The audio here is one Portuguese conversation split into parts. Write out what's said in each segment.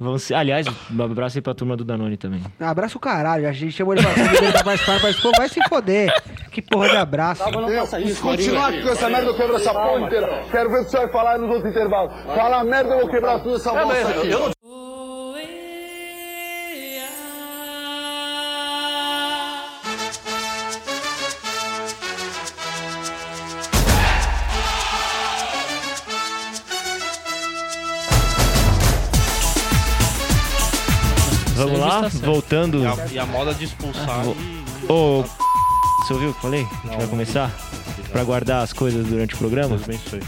Vão ser... Aliás, um abraço aí pra turma do Danone também. Abraço o caralho. A gente chamou ele pra ele tá participando, participou, vai se foder. Que porra de abraço. Meu, se continuar aqui com essa merda, eu quebro essa porra inteira. Quero ver o que você vai falar nos outros intervalos. Fala merda, eu vou quebrar toda essa bolsa aqui. Vamos lá? É está certo. Voltando. E a, e a moda de expulsar. Ah, e- Ô, você ouviu o que eu falei? A gente vai começar? Pra guardar as coisas durante o programa? Deus abençoe.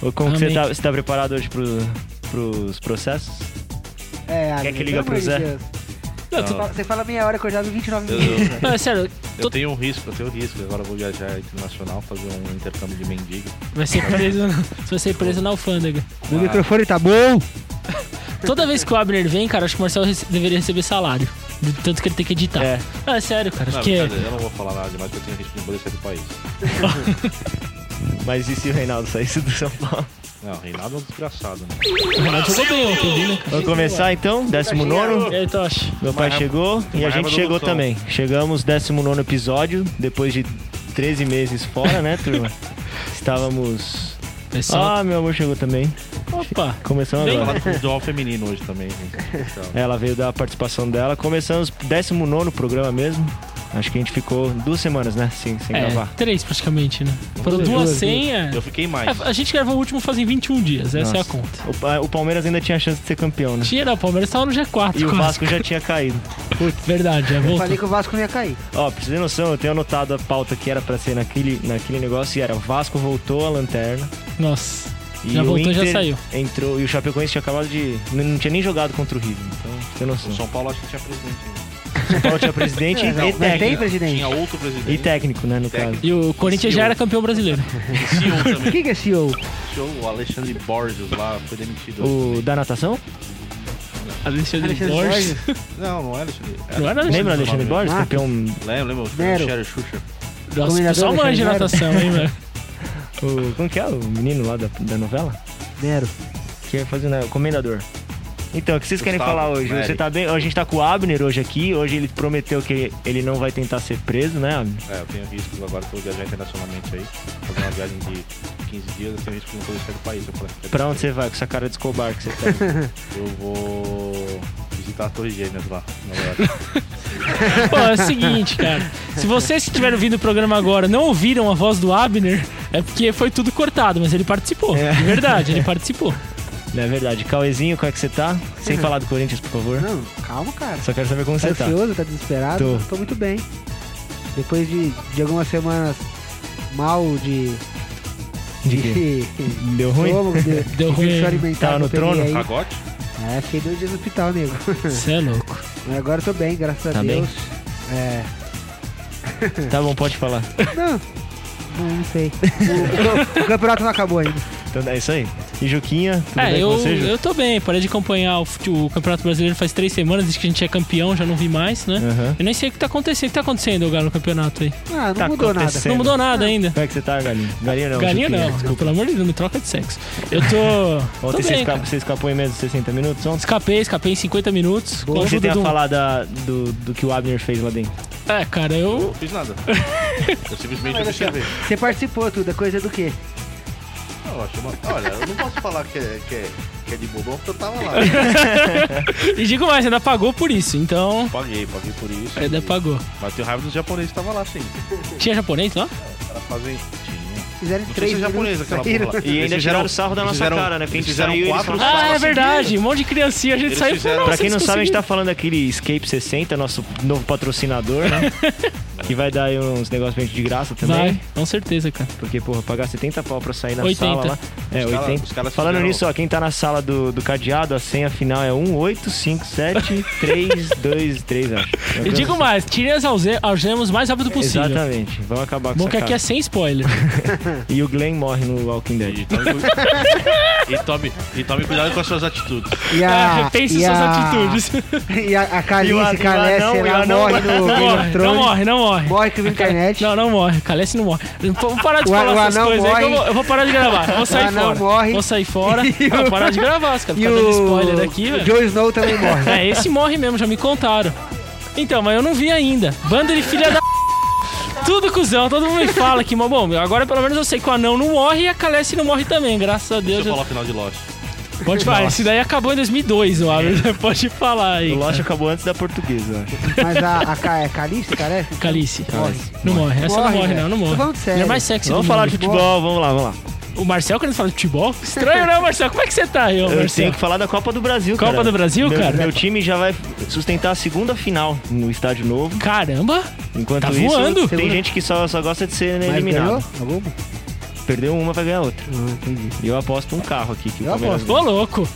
Ou como que você Amém. tá, você tá preparado hoje pro, pros processos? É, Quer que amigo, liga pelo pro amor Zé? de Deus. Não, Você fala- Você fala meia hora acordado 29 Eu- minutos. velho. Não, é sério, Eu Tô- tenho um risco, eu tenho um risco. Agora eu vou viajar internacional, fazer um intercâmbio de mendigo. vai ser preso, na- você vai ser preso na alfândega. O microfone tá bom? Toda vez que o Abner vem, cara, acho que o Marcelo rece- deveria receber salário. De tanto que ele tem que editar. É. Não, é sério, cara. Não, Acho que brincadeira, eu não vou falar nada demais, porque eu tenho risco de não poder sair do país. Mas e se o Reinaldo saísse do São Paulo? Não, Reinaldo é um desgraçado. Né? o Ronaldo jogou bem ontem, né? Vamos começar então? 19. Eu tô É, então, acho. Meu pai chegou e a raiva gente do chegou Lucão. também. Chegamos 19 episódio, depois de 13 meses fora, né, turma? Estávamos. Pessoal. Ah, meu amor chegou também. é Opa. Começamos Vem. agora. Falar do futebol feminino hoje também, gente. Então, Ela veio dar a participação dela. Começamos 19 programa mesmo. Acho que a gente ficou duas semanas, né? Sim, sem É, gravar. três praticamente, né? Foram duas senhas. É, Eu fiquei mais. A gente gravou o último fazem 21 dias, essa é a Nossa. conta. O, Pa- o Palmeiras ainda tinha chance de ser campeão, né? Tira, o Palmeiras tava no G4. E o quase. Vasco já tinha caído. Putz, verdade, é Eu voltou. falei que o Vasco não ia cair. Ó, pra você ter noção, eu tenho anotado a pauta que era pra ser naquele, naquele negócio e era Vasco voltou a lanterna. Nossa. E Já o voltou, já Inter saiu. Entrou e o Chapecoense tinha acabado de. Não, não tinha nem jogado contra o River. Então, pra você ter noção. O São Paulo acho que tinha presidente. ainda. São Paulo tinha presidente e, um É, Não, mas É, tem técnico, presidente. Tinha outro presidente. e técnico, né? No caso. E o Corinthians já era campeão brasileiro. E CEO também. Quem que é CEO? CEO, o Alexandre Borges lá foi demitido. O da natação? Alexandre Alexandre Borges. Borges? Não, não é Alexandre. Não era Alexandre Lembra Alexandre Borges? Ah. Campeão. Lembra, lembra? O Nero. Xero Xuxa. Nossa, Dominador pessoal manja de Alexandre natação, hein, velho? O, como que é? O menino lá da, da novela? Nero. Que é fazer né, o comendador. Então, o que vocês querem Gustavo, falar hoje? Nery. Você tá bem? A gente tá com o Abner hoje aqui. Hoje ele prometeu que ele não vai tentar ser preso, né, Abner? É, eu tenho riscos agora que eu vou viajar internacionalmente aí. Fazer uma viagem de 15 dias, eu tenho risco de não poder sair do país. Eu, falei, Pra onde você vai com essa cara de escobar que você tá? eu vou visitar a Torre Gêmeas lá, na verdade. Pô, é o seguinte, cara. Se vocês que estiveram ouvindo o programa agora não ouviram a voz do Abner, é porque foi tudo cortado, mas ele participou. É. De verdade, ele participou. não é verdade. Cauezinho, como é que você tá? Sem falar do Corinthians, por favor. Não, calma, cara. Só quero saber como Tá você tá. ansioso, tá desesperado? Tô. Tô muito bem. Depois de, de algumas semanas mal de. De quê? Deu ruim? estômago, de, Deu de ruim. vício alimentar Tava que eu no trono? peguei Ah, aí. Cagote? É, fiquei dois dias no hospital, nego. Você é louco. Mas agora eu tô bem, graças a Tá bem? Deus. É. Tá bom, pode falar. Não, não, não sei. O, o- o campeonato não acabou ainda. Então é isso aí. E Juquinha, tudo É, bem eu, com você, Ju? eu tô bem. Parei de acompanhar o, fute- o Campeonato Brasileiro faz três semanas, desde que a gente é campeão, já não vi mais, né? Aham. Eu nem sei o que tá acontecendo. O que tá acontecendo, Galo, no campeonato aí? Ah, não Tá mudou nada. acontecendo. Não mudou nada ainda. Como é que você tá, Galinha? Galinha não. Galinha Juquinha, não, Desculpa. pelo amor de Deus, me troca de sexo. Eu tô. tô Ontem você, bem, esca- cara. você escapou em menos de 60 minutos ontem? Escapei, escapei em 50 minutos. O com a que você ajuda tem a do... falar da- do, do que o Abner fez lá dentro? um- É, cara, eu, Eu não fiz nada. Eu simplesmente observei. Você participou tudo, é coisa do quê? Não, eu achei uma... Olha, eu não posso falar que é, que é, que é de bobão porque eu tava lá. E digo mais, ainda pagou por isso, então. Paguei, paguei por isso. Ainda pagou. Mas tenho raiva dos japoneses que tava lá, sim. Tinha japonês lá? Os caras fazem... Tinha. Fizeram Não sei três se é japonês minutos, aquela saíram. porra lá. E ainda Eles tiraram fizeram- sarro da eles nossa fizeram- cara, né? Porque a eles gente fizeram saiu e eles quatro falaram- Ah, Nossa, é verdade. Um monte de criancinha, a gente Eles saiu fizeram- e falou, Pra "Nossa, quem não eles sabe, a gente tá conseguiram." falando daquele Escape 60, nosso novo patrocinador, né? que vai dar aí uns negócios pra gente de graça também. Vai, com certeza, cara. Porque, porra, pagar 70 pau pra sair na 80. sala lá. É, Os cara- 80. os caras Falando fizeram- nisso, ó, quem tá na sala do, do cadeado, a senha final é 1857323, acho. É E digo mais, tirem as alge- algemas o mais rápido possível. Exatamente. Vamos acabar com Bom isso. que aqui é sem spoiler. E o Glenn morre no Walking E Dead. tome, cu- e, tome, e tome cuidado com as suas atitudes. E a, É, ah, Repense e suas a- atitudes. E a, a E o- e Calice, o anão, Calesse, e o ela anão- morre no Não Game of morre, não Thrones. morre, não morre. Morre que vem internet. Não, não morre. Calece não morre. Vamos parar de O- falar o essas anão coisas aí que morre. eu vou, eu vou parar de gravar. Eu Vou sair anão fora. morre. Vou sair fora. E Vou o- parar de gravar, os caras. E Ficar tá dando o spoiler aqui, velho. Joe Snow também morre. É, esse morre mesmo, já me contaram. Então, mas eu não vi ainda. Banda de filha da. Tudo cuzão, todo mundo me fala que, mas bom, agora pelo menos eu sei que o anão não morre e a Calesse não morre também, graças a Deus. Deixa eu falar o final de Lost. Pode falar, esse daí acabou em 2002, eu acho. Pode falar aí. O Lost acabou antes da portuguesa, eu acho. Mas a, a Ca- é Calice, cara? é? Calice. Não morre. Essa Morre, não morre, velho. não. Não morre. Tô falando sério. Ele é mais sexy Vamos do falar de mundo. futebol, vamos lá, vamos lá. O Marcel, quando ele fala de futebol? Estranho, né, Marcel? Como é que você tá aí, ô, Eu Marcel? tenho que falar da Copa do Brasil, Copa cara. do Brasil, meu, cara? Meu time já vai sustentar a segunda final no estádio novo. Caramba! Enquanto Tá isso, voando. tem Segunda- gente que só, só gosta de É ser Mas eliminado. ganhou? Alguma? Perdeu uma, vai ganhar outra. E eu aposto um carro aqui. Que o Eu Palmeiras Ô, louco! ganha.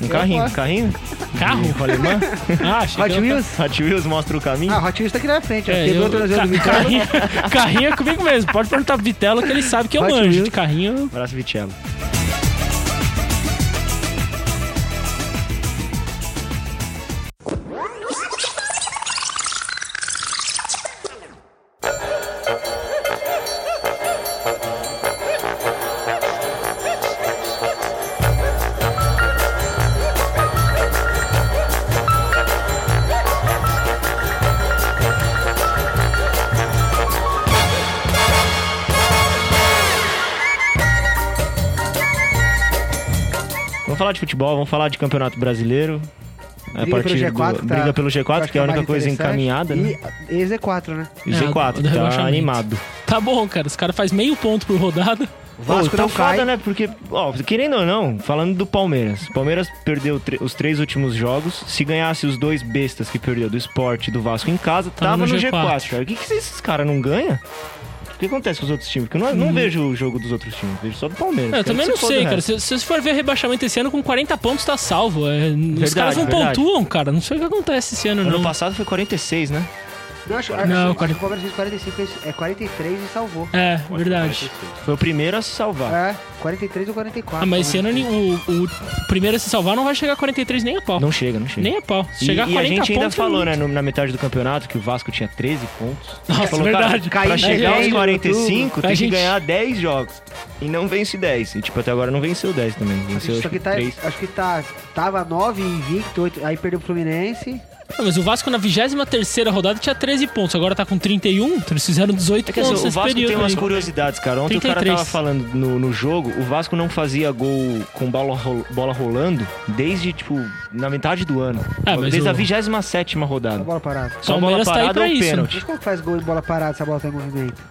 Um carrinho, um aposto. carrinho. Carro? Um alemã. Ah, achei que Hot eu- um Wheels? Hot Wheels mostra o caminho. Ah, Hot Wheels tá aqui na frente. ó. É, Quebrou eu- o tornozelo do ca- Vitor. carrinho, carrinho é comigo mesmo. Pode perguntar pro Vitelo que ele sabe que eu Hot manjo de Wheels. carrinho. Abraço, Vitello. Vamos falar de futebol, vamos falar de Campeonato Brasileiro. A Briga partir pelo G4, do, tá- briga pelo eu G4, acho que é a mais única coisa interessante. encaminhada, né? E e Z4, né? E É, G4, do- do tá rebaixamento. animado. Tá bom, cara. Os caras fazem meio ponto por rodada. O Pô, Vasco tá então não foda, cai. né? Porque, ó, querendo ou não, falando do Palmeiras. O Palmeiras perdeu tre- os três últimos jogos. Se ganhasse os dois bestas que perdeu do esporte e do Vasco em casa, Tava tava, Tá no no G4. G4. cara. O que, que esses caras não ganham? O que acontece com os outros times? Porque eu não, não vejo o jogo dos outros times, vejo só do Palmeiras. Uhum. Eu Quero também que não se foda né? sei, o cara. resto. Se, se você for ver rebaixamento esse ano, com 40 pontos tá salvo. É, os Verdade, caras não verdade. pontuam, cara. Não sei o que acontece esse ano, Ano não. passado foi 46, né? Não, acho, acho, Não, acho que 40. o Palmeiras fez 45, é 43 e salvou. É, verdade. Foi o primeiro a se salvar. É, 43 ou 44. Ah, mas esse ano né? o, o primeiro a se salvar não vai chegar a 43 nem a pau. Não chega, não chega. Nem a pau. Se E- chegar a e, a 40 gente ainda pontos, falou, não- né, no- na metade do campeonato, que o Vasco tinha 13 pontos. Nossa, Falou, verdade. Cara, pra né, Caiu chegar aos dez, 45, tudo. A tem gente- que ganhar 10 jogos. E não vence 10. E, tipo, até agora não venceu 10 também. Venceu Só acho que que tá, 3. acho que tá, tava 9 invicto, 8, aí perdeu o Fluminense. Ah, mas o Vasco na 23 rodada tinha 13 pontos, agora tá com 31, então eles fizeram 18 É que assim, pontos o nesse Vasco período. tem umas aí. curiosidades, cara. Ontem o cara 33. tava falando no, no jogo, o Vasco não fazia gol com bola, ro- bola rolando desde, tipo, na metade do ano. Tipo, Ah, mas desde o- a 27 Tá rodada. bola parada. Só bola Palmeiras tá aí parada ou pra isso, né? pênalti. Mas como que faz gol em bola parada se a bola tá em movimento?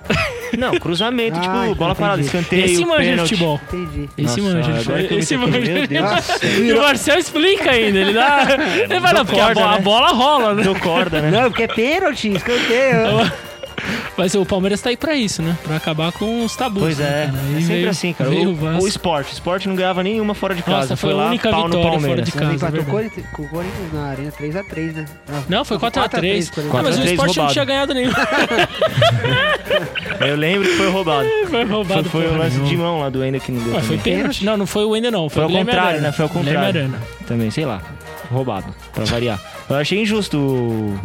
Não, cruzamento, Ah, tipo, bola entendi. parada, escanteio, Esse manja de pênalti. futebol. Entendi. Esse Nossa, manja de agora futebol. que eu vi Esse isso aqui, manja de meu Deus. futebol. Nossa, E o Marcel explica ainda, ele dá. Ele vai lá, porque a corda, bola, né? a bola rola, né? Deu corda, né? não, porque é pênalti, É escanteio. Mas o Palmeiras tá aí pra isso, né? Pra acabar com os tabus. Pois é, né, cara? Aí é sempre veio- assim, cara. veio O, o Vasco. o esporte. O esporte não ganhava nenhuma fora de casa. Nossa, foi foi, a lá, única pau no vitória fora Palmeiras. de casa. Empatou é verdade. com o Corinthians- com o Corinthians na Arena 3x3, né? Não, foi 4x3. Ah, mas o 4x3 esporte não roubado. tinha ganhado nenhum. Eu lembro que foi roubado. foi Foi, roubado. foi o porra lance nenhuma. de mão lá do Ender que não deu Ué, foi também. pênalti. Não, não foi o Ender, não. Foi, Foi ao o Guilherme contrário, Arana. né? Foi ao Guilherme contrário. Arana. Também, sei lá. Roubado, pra variar. Eu achei injusto o-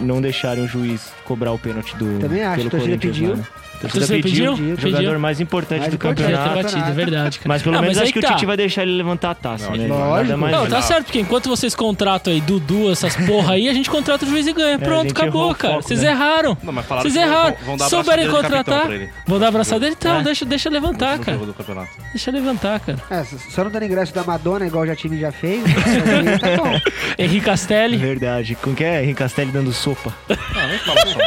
não deixarem o juiz cobrar o pênalti do. Também acho, pelo a torcida Corinthians pediu. lá, né? A torcida torcida pediu. pediu, o Jogador pediu. mais importante Mais do importante. Podia ter campeonato. batido, é verdade, cara. Mas pelo Ah, menos aí acho que o tá. Tite vai deixar ele levantar a taça. Não, né? lógico. Nada mais Não, justo. tá certo, porque enquanto vocês contratam aí Dudu, essas porra aí, a gente contrata o juiz e ganha. Pronto, É, gente acabou, errou o cara. foco, Vocês né? erraram. Não, mas falaram Vocês que vão- erraram. vão dar a Souberem braçadeira de capitão contratar. pra ele. Vão dar a abraçadeira e tal. É. Deixa, deixa levantar, No cara. jogo do campeonato. Deixa levantar, cara. É, só não dando ingresso da Madonna, igual já time já fez. mas tá bom. Henrique Castelli. Verdade. Com que é Henrique Castelli dando sopa? Não, Ah, nem fala só.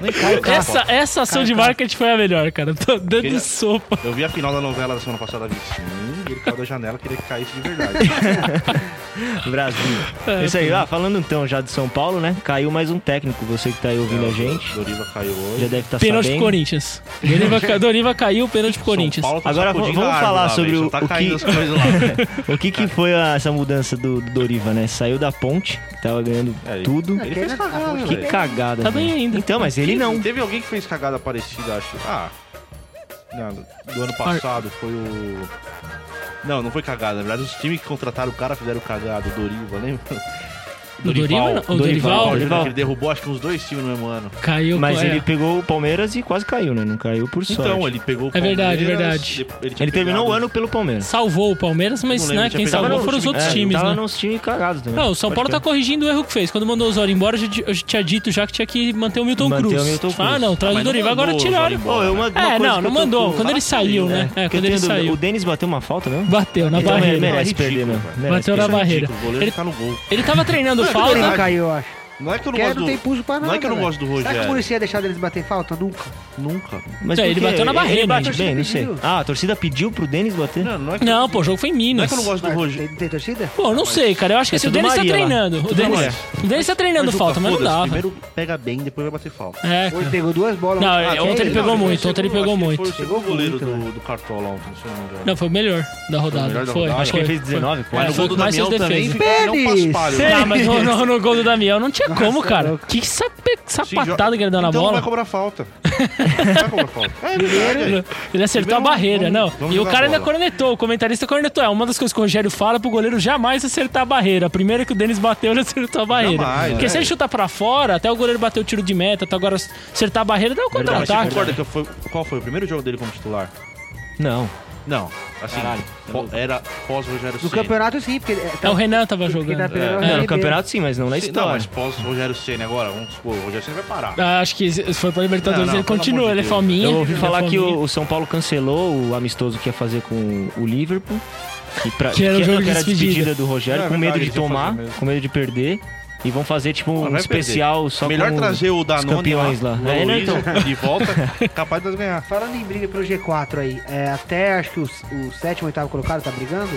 Nem fala só. Essa, essa ação de marketing foi a melhor, cara. Tô dando Queria- sopa. Eu vi a final da novela da semana passada, vi sim, ele caiu da janela, queria que caísse de verdade. Brasil. É isso aí. Ah, falando então já de São Paulo, né? Caiu mais um técnico, você que tá aí ouvindo a gente. Doriva caiu hoje. Já deve estar tá Pênalti pro sabendo. Corinthians. Doriva, ca- Doriva caiu, pênalti pro Corinthians. São Paulo tá Agora sacudindo vamos a árvore falar lá, sobre velho, o- só tá o caindo que- as coisas lá. O que que foi a- essa mudança do, do Doriva, né? Saiu da ponte, que tava ganhando É, ele- tudo. Ele tá fez cagada, né, Que velho? cagada. Tá bem velho. ainda. Então, mas ele não. Teve alguém que fez cagada parecida, acho. Ah. não, do ano passado foi o. Não, não foi cagada. Na verdade, os times que contrataram o cara fizeram cagada, o Doriva, lembra? O Dorival, não. O Dorival, Dorival. Ele derrubou acho que uns dois times no mesmo ano. caiu. Mas é. ele pegou o Palmeiras e quase caiu, né? Não caiu por sorte. Então, ele pegou o É verdade, Palmeiras, verdade. Ele, tinha Ele terminou pegado- o ano pelo Palmeiras. salvou o Palmeiras, mas Não lembro, né, tinha quem pegado salvou no foram os time. outros É, times, tava né? nos times cagados também. Não, o São Pode Paulo tá crer. corrigindo o erro que fez. Quando mandou o Osório embora, eu já di- eu já tinha dito já que tinha que manter o Milton Manter o Cruz. Milton Cruz. Ah, não, traz Ah, o mas não Dorival, agora mandou o tiraram. Osório Ô, uma- uma É, coisa não, que não eu tô mandou. com- Quando ele saiu, né? que É, eu quando ele tenho dúvida. saiu. O Denis bateu uma falta, não? Bateu na Então, barreira. ele merece É perder, ridículo, né? cara. Merece Bateu na perder. barreira. O goleiro Ele- tá no gol. Ele tava treinando Por ele falta. caiu, eu acho. Não é que né? eu não Porque gosto não do... tem pulso pra nada. Não é que eu não velho. gosto do Será que o Rogério. Muricy ia deixar deles bater falta? Nunca. Nunca. Mas É, por ele quê? bateu na barreira, Ele bate né? bem, não sei. Pediu. Ah, a torcida pediu pro Denis bater? Não, não é que, Não, pô, o jogo foi em não é Minas. que eu não gosto do Mas Rogério. Tem, tem torcida? Pô, eu não sei, cara. Eu acho que assim, o tudo Denis tá Maria lá. treinando. O Denis, Maria. o Denis tá treinando Mas, Juca, falta, mas não foda-se, dá. velho. Primeiro pega bem, depois vai bater falta. É, Hoje cara. pegou duas bolas. Ah, Não, ontem. é, ontem ele Não, pegou foi o muito, ontem ele segundo, pegou acho que muito. Foi o segundo Pegou goleiro muito, do, do Cartola ontem, se eu não me engano. Não, foi o melhor da rodada. melhor da Foi. rodada. foi, Acho Acho que ele fez 19, É, quase. foi o que mais fez defesa. fica- não Pênis! paspalho. Ah, mas no, no- no gol do Damião não tinha como, Nossa, cara. louco. Que sape- Se jo- sapatada que ele deu na então não vai bola. cobrar falta. Não vai cobrar falta. É verdade. Ele- Ele acertou a Primeiro, barreira, vamos- não. vamos E o jogar cara ainda bola. cornetou, o comentarista cornetou. É uma das coisas que o Rogério fala pro goleiro jamais acertar a barreira. A primeira que o Denis bateu, ele acertou a barreira. Jamais, Porque né? se ele chutar pra fora, até o goleiro bater o tiro de meta, até agora acertar a barreira, dá o Não, mas você contra-ataque. concorda que foi, qual foi o primeiro jogo dele como titular? Não. Não, assim, pó- era pós-Rogério No Senna. campeonato sim, porque... ele- É o Renan tava porque jogando. tá pegando o É, no RB. campeonato sim, mas então, é. não na Sim, Não, história. mas pós-Rogério Senna agora, vamos supor, o Rogério Senna vai parar. Ah, Acho que se foi pra Libertadores, Não, não, ele pelo continua, amor ele de é Deus. fominha. Eu ouvi ele é falar que fominha. o, o São Paulo cancelou o amistoso que ia fazer com o Liverpool. Que, pra, Que era o jogo de a despedida. despedida do Rogério, É, com medo verdade, de eles iam tomar, fazer mesmo. com medo de perder. E vão fazer, tipo, Mas um vai especial só Melhor com trazer o Danone campeões lá. o É, né, Aloysio, então. de volta, capaz de ganhar. Falando em briga pelo G4 aí, é, até acho que o, o sétimo, oitavo colocado tá brigando?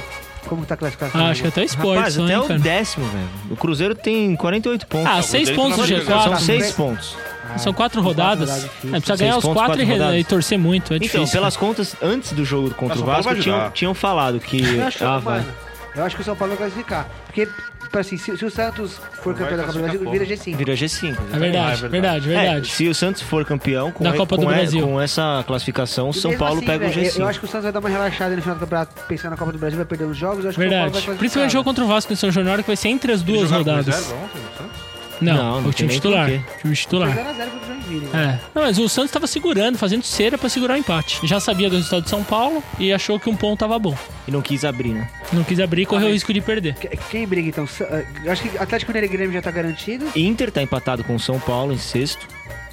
Como que tá a classificação? Ah, acho que até o esporte, Rapaz, só, até hein, o cara. décimo, velho. O Cruzeiro tem 48 pontos. Ah, seis dele pontos do tá na briga, G4. São tá seis com- pontos. São quatro são quatro rodadas. rodadas, É, difícil. precisa Seis ganhar os pontos, quatro, e, quatro re- rodadas. e torcer muito. É Então, difícil. pelas contas, antes do jogo contra o Mas São Paulo Vasco, vai tinham, ajudar. tinham falado que. Eu acho, que Ah, não, vai. mano. eu acho que o São Paulo vai classificar. Porque, tipo assim, se, se o Santos for Vai campeão da Copa do classificar Brasil, como? vira G5. Vira G5. É verdade, Ah, é verdade, verdade. É, verdade. se o Santos for campeão com, Da e- Copa do com, e- Brasil. com essa classificação, o E São mesmo Paulo assim, um pega velho, o Eu, G5. eu acho que o Santos vai dar uma relaxada no final do campeonato, pensando na Copa do Brasil, vai perder uns jogos. Eu acho que o São Verdade. Paulo vai Principalmente o é um classificar, jogo contra o Vasco em São Januário, que vai ser entre as duas Jogaram com rodadas. reserva ontem, o Santos? Não, Não, não o time tem nem titular. porquê. Time titular. velho. 0x0 pro Joinville. né? É. Não, mas o Santos tava segurando, fazendo cera pra segurar o empate. Já sabia do resultado de São Paulo e achou que um ponto tava bom. E não quis abrir, né? Não quis abrir e correu o risco de perder. Que- Quem briga então? Sa- ah, eu Acho que Atlético Mineiro e Grêmio já tá garantido. Inter tá empatado com o São Paulo em sexto.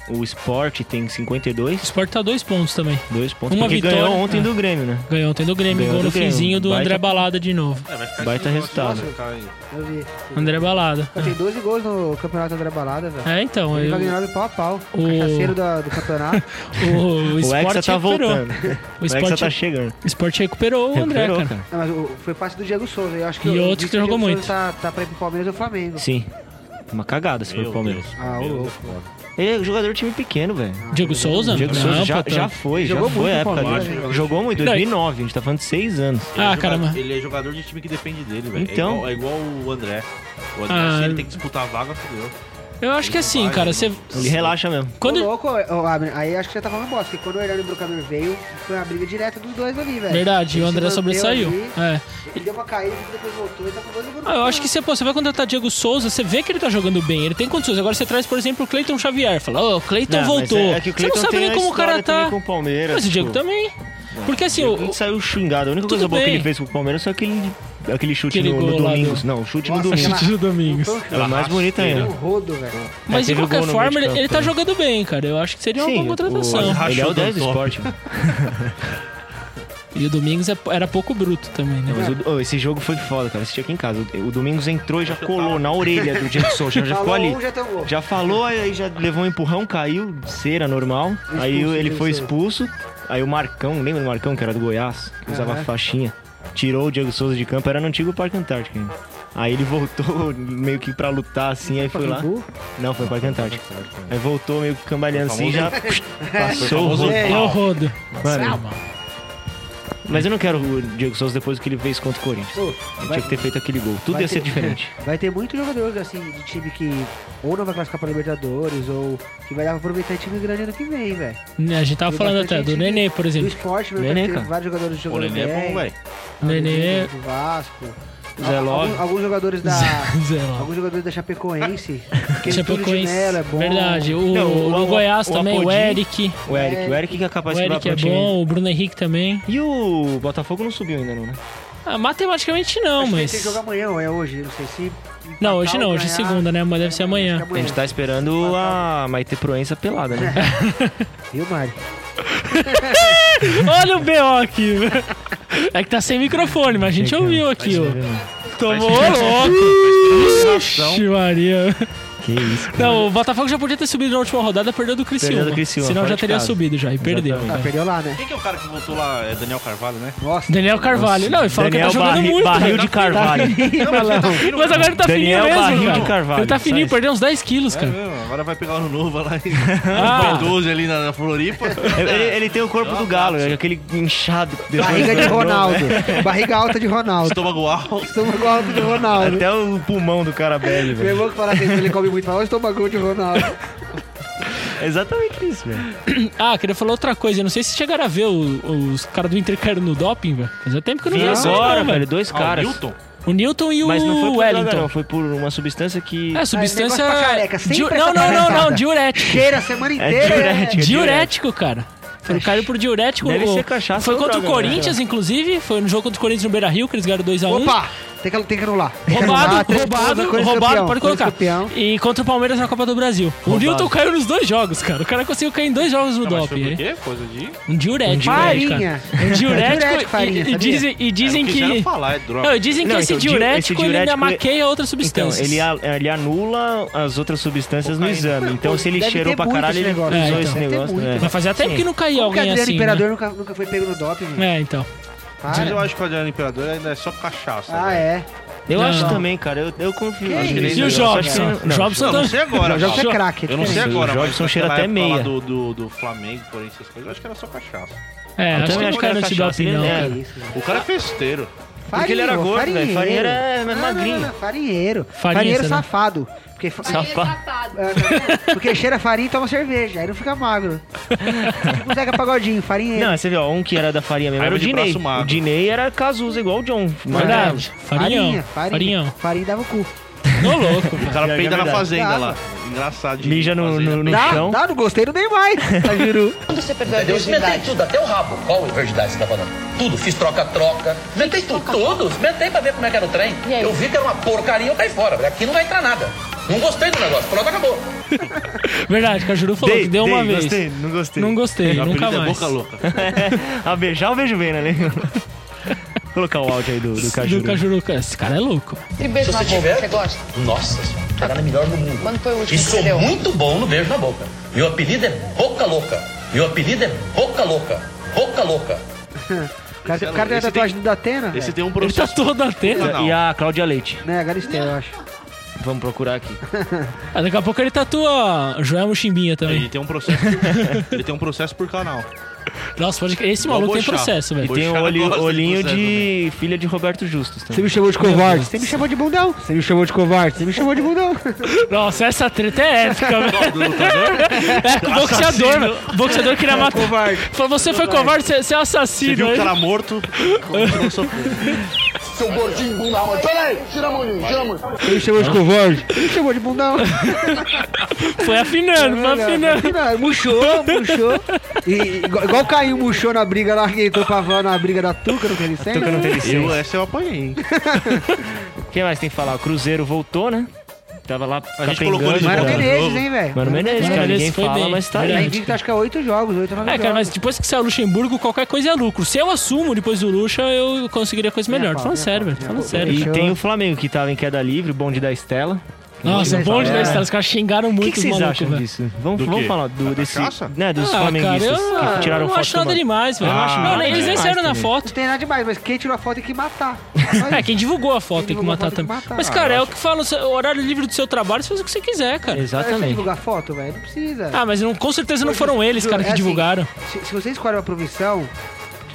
O Sport tem O 52, Sport tá dois pontos também. dois pontos. Uma porque vitória, ganhou ontem é. do Grêmio, né? Ganhou ontem do Grêmio, Ganhou gol do no Grêmio. finzinho do Baita- André Balada de novo. É, vai ficar Baita esse resultado. negócio, cara, aí. Eu vi. André Balada. Pô, Tem 12 gols no campeonato André Balada, velho. É, então. Ele eu- vai ganhar de pau a pau. O O- cachaceiro da- do campeonato. o, o O Sport Hexa tá recuperou. voltando. O O Hexa Sport, tá chegando. o Sport recuperou o André, Recuperou, cara. cara. Não, mas o- foi passe do Diego Souza. Eu acho que E o- outro disse que jogou o Diego muito. Souza tá, tá pra ir pro Palmeiras ou Flamengo. Sim. Uma cagada se for Meu o Palmeiras. Deus. Ah, ô Meu louco. Ele é jogador de time pequeno, velho. Diego Souza? Diego Não, Souza já, pô, tá- já foi, Jogou já foi muito a no época Palmeiras, dele. né? Jogou muito, Não, 2009, a gente tá falando de seis anos. Ele é Ah, joga- caramba. Ele é jogador de time que depende dele, velho. Então. É igual, é igual o André. O André, Ah, se ele tem que disputar a vaga, fodeu. Eu acho que assim, cara, você. Ele relaxa mesmo. Quando... Quando. louco, ô, Abner, aí acho que já tá falando bosta, porque quando o Hernani Brocador veio, foi uma briga direta dos dois ali, velho. Verdade, Ele o se André manteve sobressaiu. ali, É. Ele deu uma caída, depois voltou e tá com dois gols. Ah, eu acho que você, pô, você vai contratar Diego Souza, você vê que ele tá jogando bem, ele tem condições. Agora você traz, por exemplo, o Cleiton Xavier. Fala, ô, o Cleiton Não, mas Então voltou. é- é que o você não Cleiton sabe tem nem a como o cara história também tá. Com o Palmeiras, Mas o Diego tipo, também. Porque assim, Ele o. saiu xingado. A única Tudo coisa boa que bem. ele fez com o Palmeiras foi aquele, aquele chute Aquele no, no gol lá Domingos. do- Não, o chute Nossa, no Domingos. aquela- o Domingos. Ela é mais bonita Deu ainda. um rodo, velho. Mas de teve qualquer gol no meio forma, de ele, campo ele tá também. jogando bem, cara. Eu acho que seria uma Sim, boa contratação. O, ele é Rachou o 10 do tanto, ó. esporte. mano. E o Domingos é- era pouco bruto também, né? Mas o- ô, esse jogo foi foda, cara. Assisti aqui em casa. O, o Domingos entrou e já colou na orelha do Diego Souza. Já ficou Falou ali. um, já tem um gol. Já falou, aí já levou um empurrão, caiu, cera normal. aí Expulso, ele Diego foi Souza. expulso. Aí o Marcão, lembra do Marcão, que era do Goiás, que usava Aham. faixinha? Tirou o Diego Souza de campo, era no antigo Parque Antártico ainda. Aí ele voltou meio que pra lutar assim, aí foi lá. Pacaembu? Não, foi Parque Antártico. Aí voltou meio que cambaleando Foi assim, já passou. o famoso- rodo. É. É o rodo. Mano, mas eu não quero o Diego Souza depois do que ele fez contra o Corinthians. Pô, Ele vai- tinha que ter feito aquele gol. Tudo vai ia ser ter- diferente. Vai ter muito jogador, assim, de time que ou não vai classificar pra Libertadores, ou que vai dar pra aproveitar time grande ano que vem, velho. Né, A gente tava Tem tá falando bastante até do gente Nenê, por Do exemplo. esporte, mesmo, Nenê, tem cara. é vários jogadores O jogando Nenê é bem. né? bom, velho. Ah, do Nenê- Do Vasco. Zé Love. Alguns, alguns jogadores da. Zé Love. alguns jogadores da Chapecoense. aquele Chapecoense. Túlio de Mello é bom. Verdade. O, Não, o- no o- Goiás o também, o Apodi. Eric. O Eric. O Eric que é capaz o de levar Eric pro é time. bom, o Bruno Henrique também. E o Botafogo não subiu ainda, não, né? Ah, matematicamente não, Acho que mas. Tem jogo amanhã, ou é hoje, não sei se. Não, hoje não, hoje é ganhar- segunda, né? Mas deve ser amanhã. Acho que é A gente tá esperando a Maite Proença pelada, né? Viu, Mari? Olha o BO aqui. velho. É que tá sem microfone, mas a gente ouviu aqui, um ó. Tomou ô, louco. Ixi, Maria. Que isso. Não, o Botafogo já podia ter subido na última rodada, perdeu do Criciúma. Perdeu do Criciúma, Senão fora já de teria casa. subido já e perdeu. Exatamente. Ah, perdeu lá, né? Quem que é o cara que voltou lá? É Daniel Carvalho, né? Nossa. Daniel Carvalho. Não, ele fala Daniel que ele tá jogando Barri- muito. Barril cara. de Carvalho. Não, mas ele tá fino, Mas agora ele tá Daniel fininho mesmo, Barril cara. de Carvalho, Ele tá só fininho, isso. É, perdeu uns 10 quilos, É cara. mesmo, agora vai pegar o ano novo lá em Ah. P12 ali na, na Floripa. Ele, ele tem o corpo do galo, é aquele inchado. depois Barriga do de jogo. Ronaldo. Barriga alta de Ronaldo. Estômago alto. Estômago alto de Ronaldo. Até o pulmão do cara bebe, Meu velho. irmão que fala assim, ele come muito, fala, "Olha o estômago de Ronaldo. É exatamente isso, velho. Ah, queria falar outra coisa. Eu não sei se chegaram a ver o- os caras do Inter caíram no doping, velho. Fazia tempo que eu não Vim vi isso aí, agora, não, velho, dois Ah, o caras. Newton? O Newton e o Mas não foi por Wellington. droga, não. Foi por uma substância que... É, substância. negócio pra careca, sempre Diu- essa Não, não, não, não, palhaçada. diurético. Cheira a semana É inteira. né? diurético. Diurético, cara. Foi caiu por diurético. Deve o- ser cachaça Foi ou contra o droga, né, Corinthians, inclusive. Foi no jogo contra o Corinthians no Beira Rio, que eles ganharam 2x1. Opa, tem que, tem que anular. Tem que anular, Roubado, três pontos, roubado, Corinthians roubado, campeão, pode Corinthians colocar. campeão. E contra o Palmeiras na Copa do Brasil. O Roubado. Newton caiu nos dois jogos, cara. O cara conseguiu cair em dois jogos no Não, mas foi doping. por hein? quê? Coisa de... Um diurético. Farinha. né, cara? Um diurético. Diurético, farinha, e, e sabia? dizem, e dizem Não quiseram que. falar, é droga. Não, e dizem que Não, esse, então, di- esse diurético, ele ainda diurético, ele- maqueia outras Então, substâncias. ele, a- ele anula as outras substâncias no Cocaína. exame. Então, se ele Deve cheirou ter pra muito caralho, esse ele usou negócio. É, esse então. negócio. Deve ter né? Mas fazia tempo Sim. que não caía Como que é alguém Adriano assim. Imperador nunca, nunca foi pego no doping, né? velho? É, então. Mas eu Para. acho que o Adriano Imperador ainda é só cachaça. Ah, velho. é. Eu Não. acho também, cara. Eu, eu confio. Que Acho que isso? ele- E eu o só acho que Jobson? tá- ele- não. Jogson Não, não também. sei agora. O jogo cara. é craque. é Eu não sei diferente. Sim, agora, o mas Jobson naquela cheira até época lá meia. Do, do, do Flamengo, porém, essas coisas, eu acho que era só cachaça. É, Eu acho que também não acho caiu que nesse era cachaça, doping, não, ele- cara. é. isso, velho. O cara é festeiro. Porque ele era Farinheiro, gordo, velho. Farinha Ah, farinheiro. era Não, magrinho. não, não, Farinheiro. Farinha, Farinheiro será? safado. Porque, fa- Safado. Ah, tá bom. porque cheira farinha e toma cerveja. Aí não fica magro. tipo o Zeca Pagodinho, farinheiro. é Não, você viu, ó, um que era da farinha mesmo, Aí era o de braço Dinei. magro. O Dinei era Cazuza, igual o John. é. Verdade. Farinhão. Farinha, farinha. Farinhão. Farinha dava o cu. Ô, louco. O cara É, é peida na verdade. fazenda Dá, lá. Engraçado. de né? Mija no- fazenda. no- no- Dá, chão. dá, não gostei, não dei mais. Tá giru. Quando você perdeu a virgindade? tudo, até o rabo. Qual virgindade você tá falando? Tudo, fiz troca-troca. Mentei tudo, tudo. Mentei pra ver como é que era o trem. E aí? Eu vi que era uma porcaria, eu caí fora. Aqui não vai entrar nada. Não gostei do negócio, pronto, acabou. Verdade, Cajuru falou que deu uma vez. Gostei, não gostei. Não gostei, O apelido nunca é mais. boca louca. a beijar, o beijo vem, né? Lê? Colocar o áudio aí do, do Cajuru. Do Cajuru, cara, Esse cara é louco. E beijo Se na você boca, tiver- você gosta? Nossa senhora, pegada melhor do mundo. Quando foi o último E que sou você deu? muito bom no beijo na boca. Meu apelido é Boca Louca. Meu apelido é Boca Louca. Boca Louca. O cara, o cara tem a Esse tatuagem tem- da Atena, Esse velho. tem um Ele tá processo. todo atento. Não. E a Cláudia Leite. Né, Galisteu, eu acho. Vamos procurar aqui. Ah, Daqui a pouco ele tatua Joel Muximbinha também. Ele tem um processo. ele tem um processo por canal. Nossa, pode... esse Igual maluco tem Boixá. processo, E velho. Boixá tem um olho- gosta de olhinho processo de filha de Roberto Justus Você também. me chamou de covarde. Você me chamou de bundão. Você me chamou de covarde. Você me chamou de bundão. Nossa, essa treta é épica, velho. Do lutador. É com o boxeador, velho. O boxeador queria matar. Falou, você foi covarde, você, você é Você assassino. viu o aí. cara morto? Continuou sofrendo. Seu gordinho bunda mole. Peraí, tira a mãozinha, tira a mãozinha. Você me chamou de covarde. Você me chamou de bundão. Foi afinando, foi Não, afinando. assim, não, Murchou, murchou. E, igual, igual o Caio murchou na briga lá, que entrou pra van na briga da Tuca no Telecentro. Tuca não né? teve Eu, licença. essa eu apanhei, hein? Quem mais tem que falar? O Cruzeiro voltou, né? Tava lá A gente colocou ele de Não era o volta. Menezes, hein, velho. Mano Menezes, cara. Mano Menezes Ninguém foi fala, bem. mas tá Tá aí. Verdade. invicto, acho que é oito jogos, oito, nove É, cara, mas jogos. depois que sair o Luxemburgo, qualquer coisa é lucro. Se é o Assumo, depois do Luxa, eu conseguiria coisa Minha melhor. pau, Tô falando minha sério, pau, velho. Tô minha falando pau. sério. E Fechou. tem o Flamengo que tava em queda livre, o bonde da Estela. Nossa, Ninguém vai bonde da falar. história. Os caras xingaram O que muito que os vocês malucos, acham velho. disso? Vamos, Do vamos quê? falar do, Da desse, cachaça? né, dos Ah, cara, flamenguistas eu que tiraram não foto. acho nada tomando. demais, velho. Ah, Não acho não, nada. nem Eles nem demais saíram na também. foto. Não tem nada demais, mas quem tirou a foto tem que matar. É, quem divulgou a foto Quem tem que divulgou a matar foto tem que também. matar. Mas, cara, é o que fala, o seu- o horário livre do seu trabalho, você faz o que você quiser, cara. Você Exatamente. divulgar foto, velho? Não precisa. Ah, mas não, com certeza não foram eles, cara, É que assim, divulgaram. Se, se você escolhe uma profissão,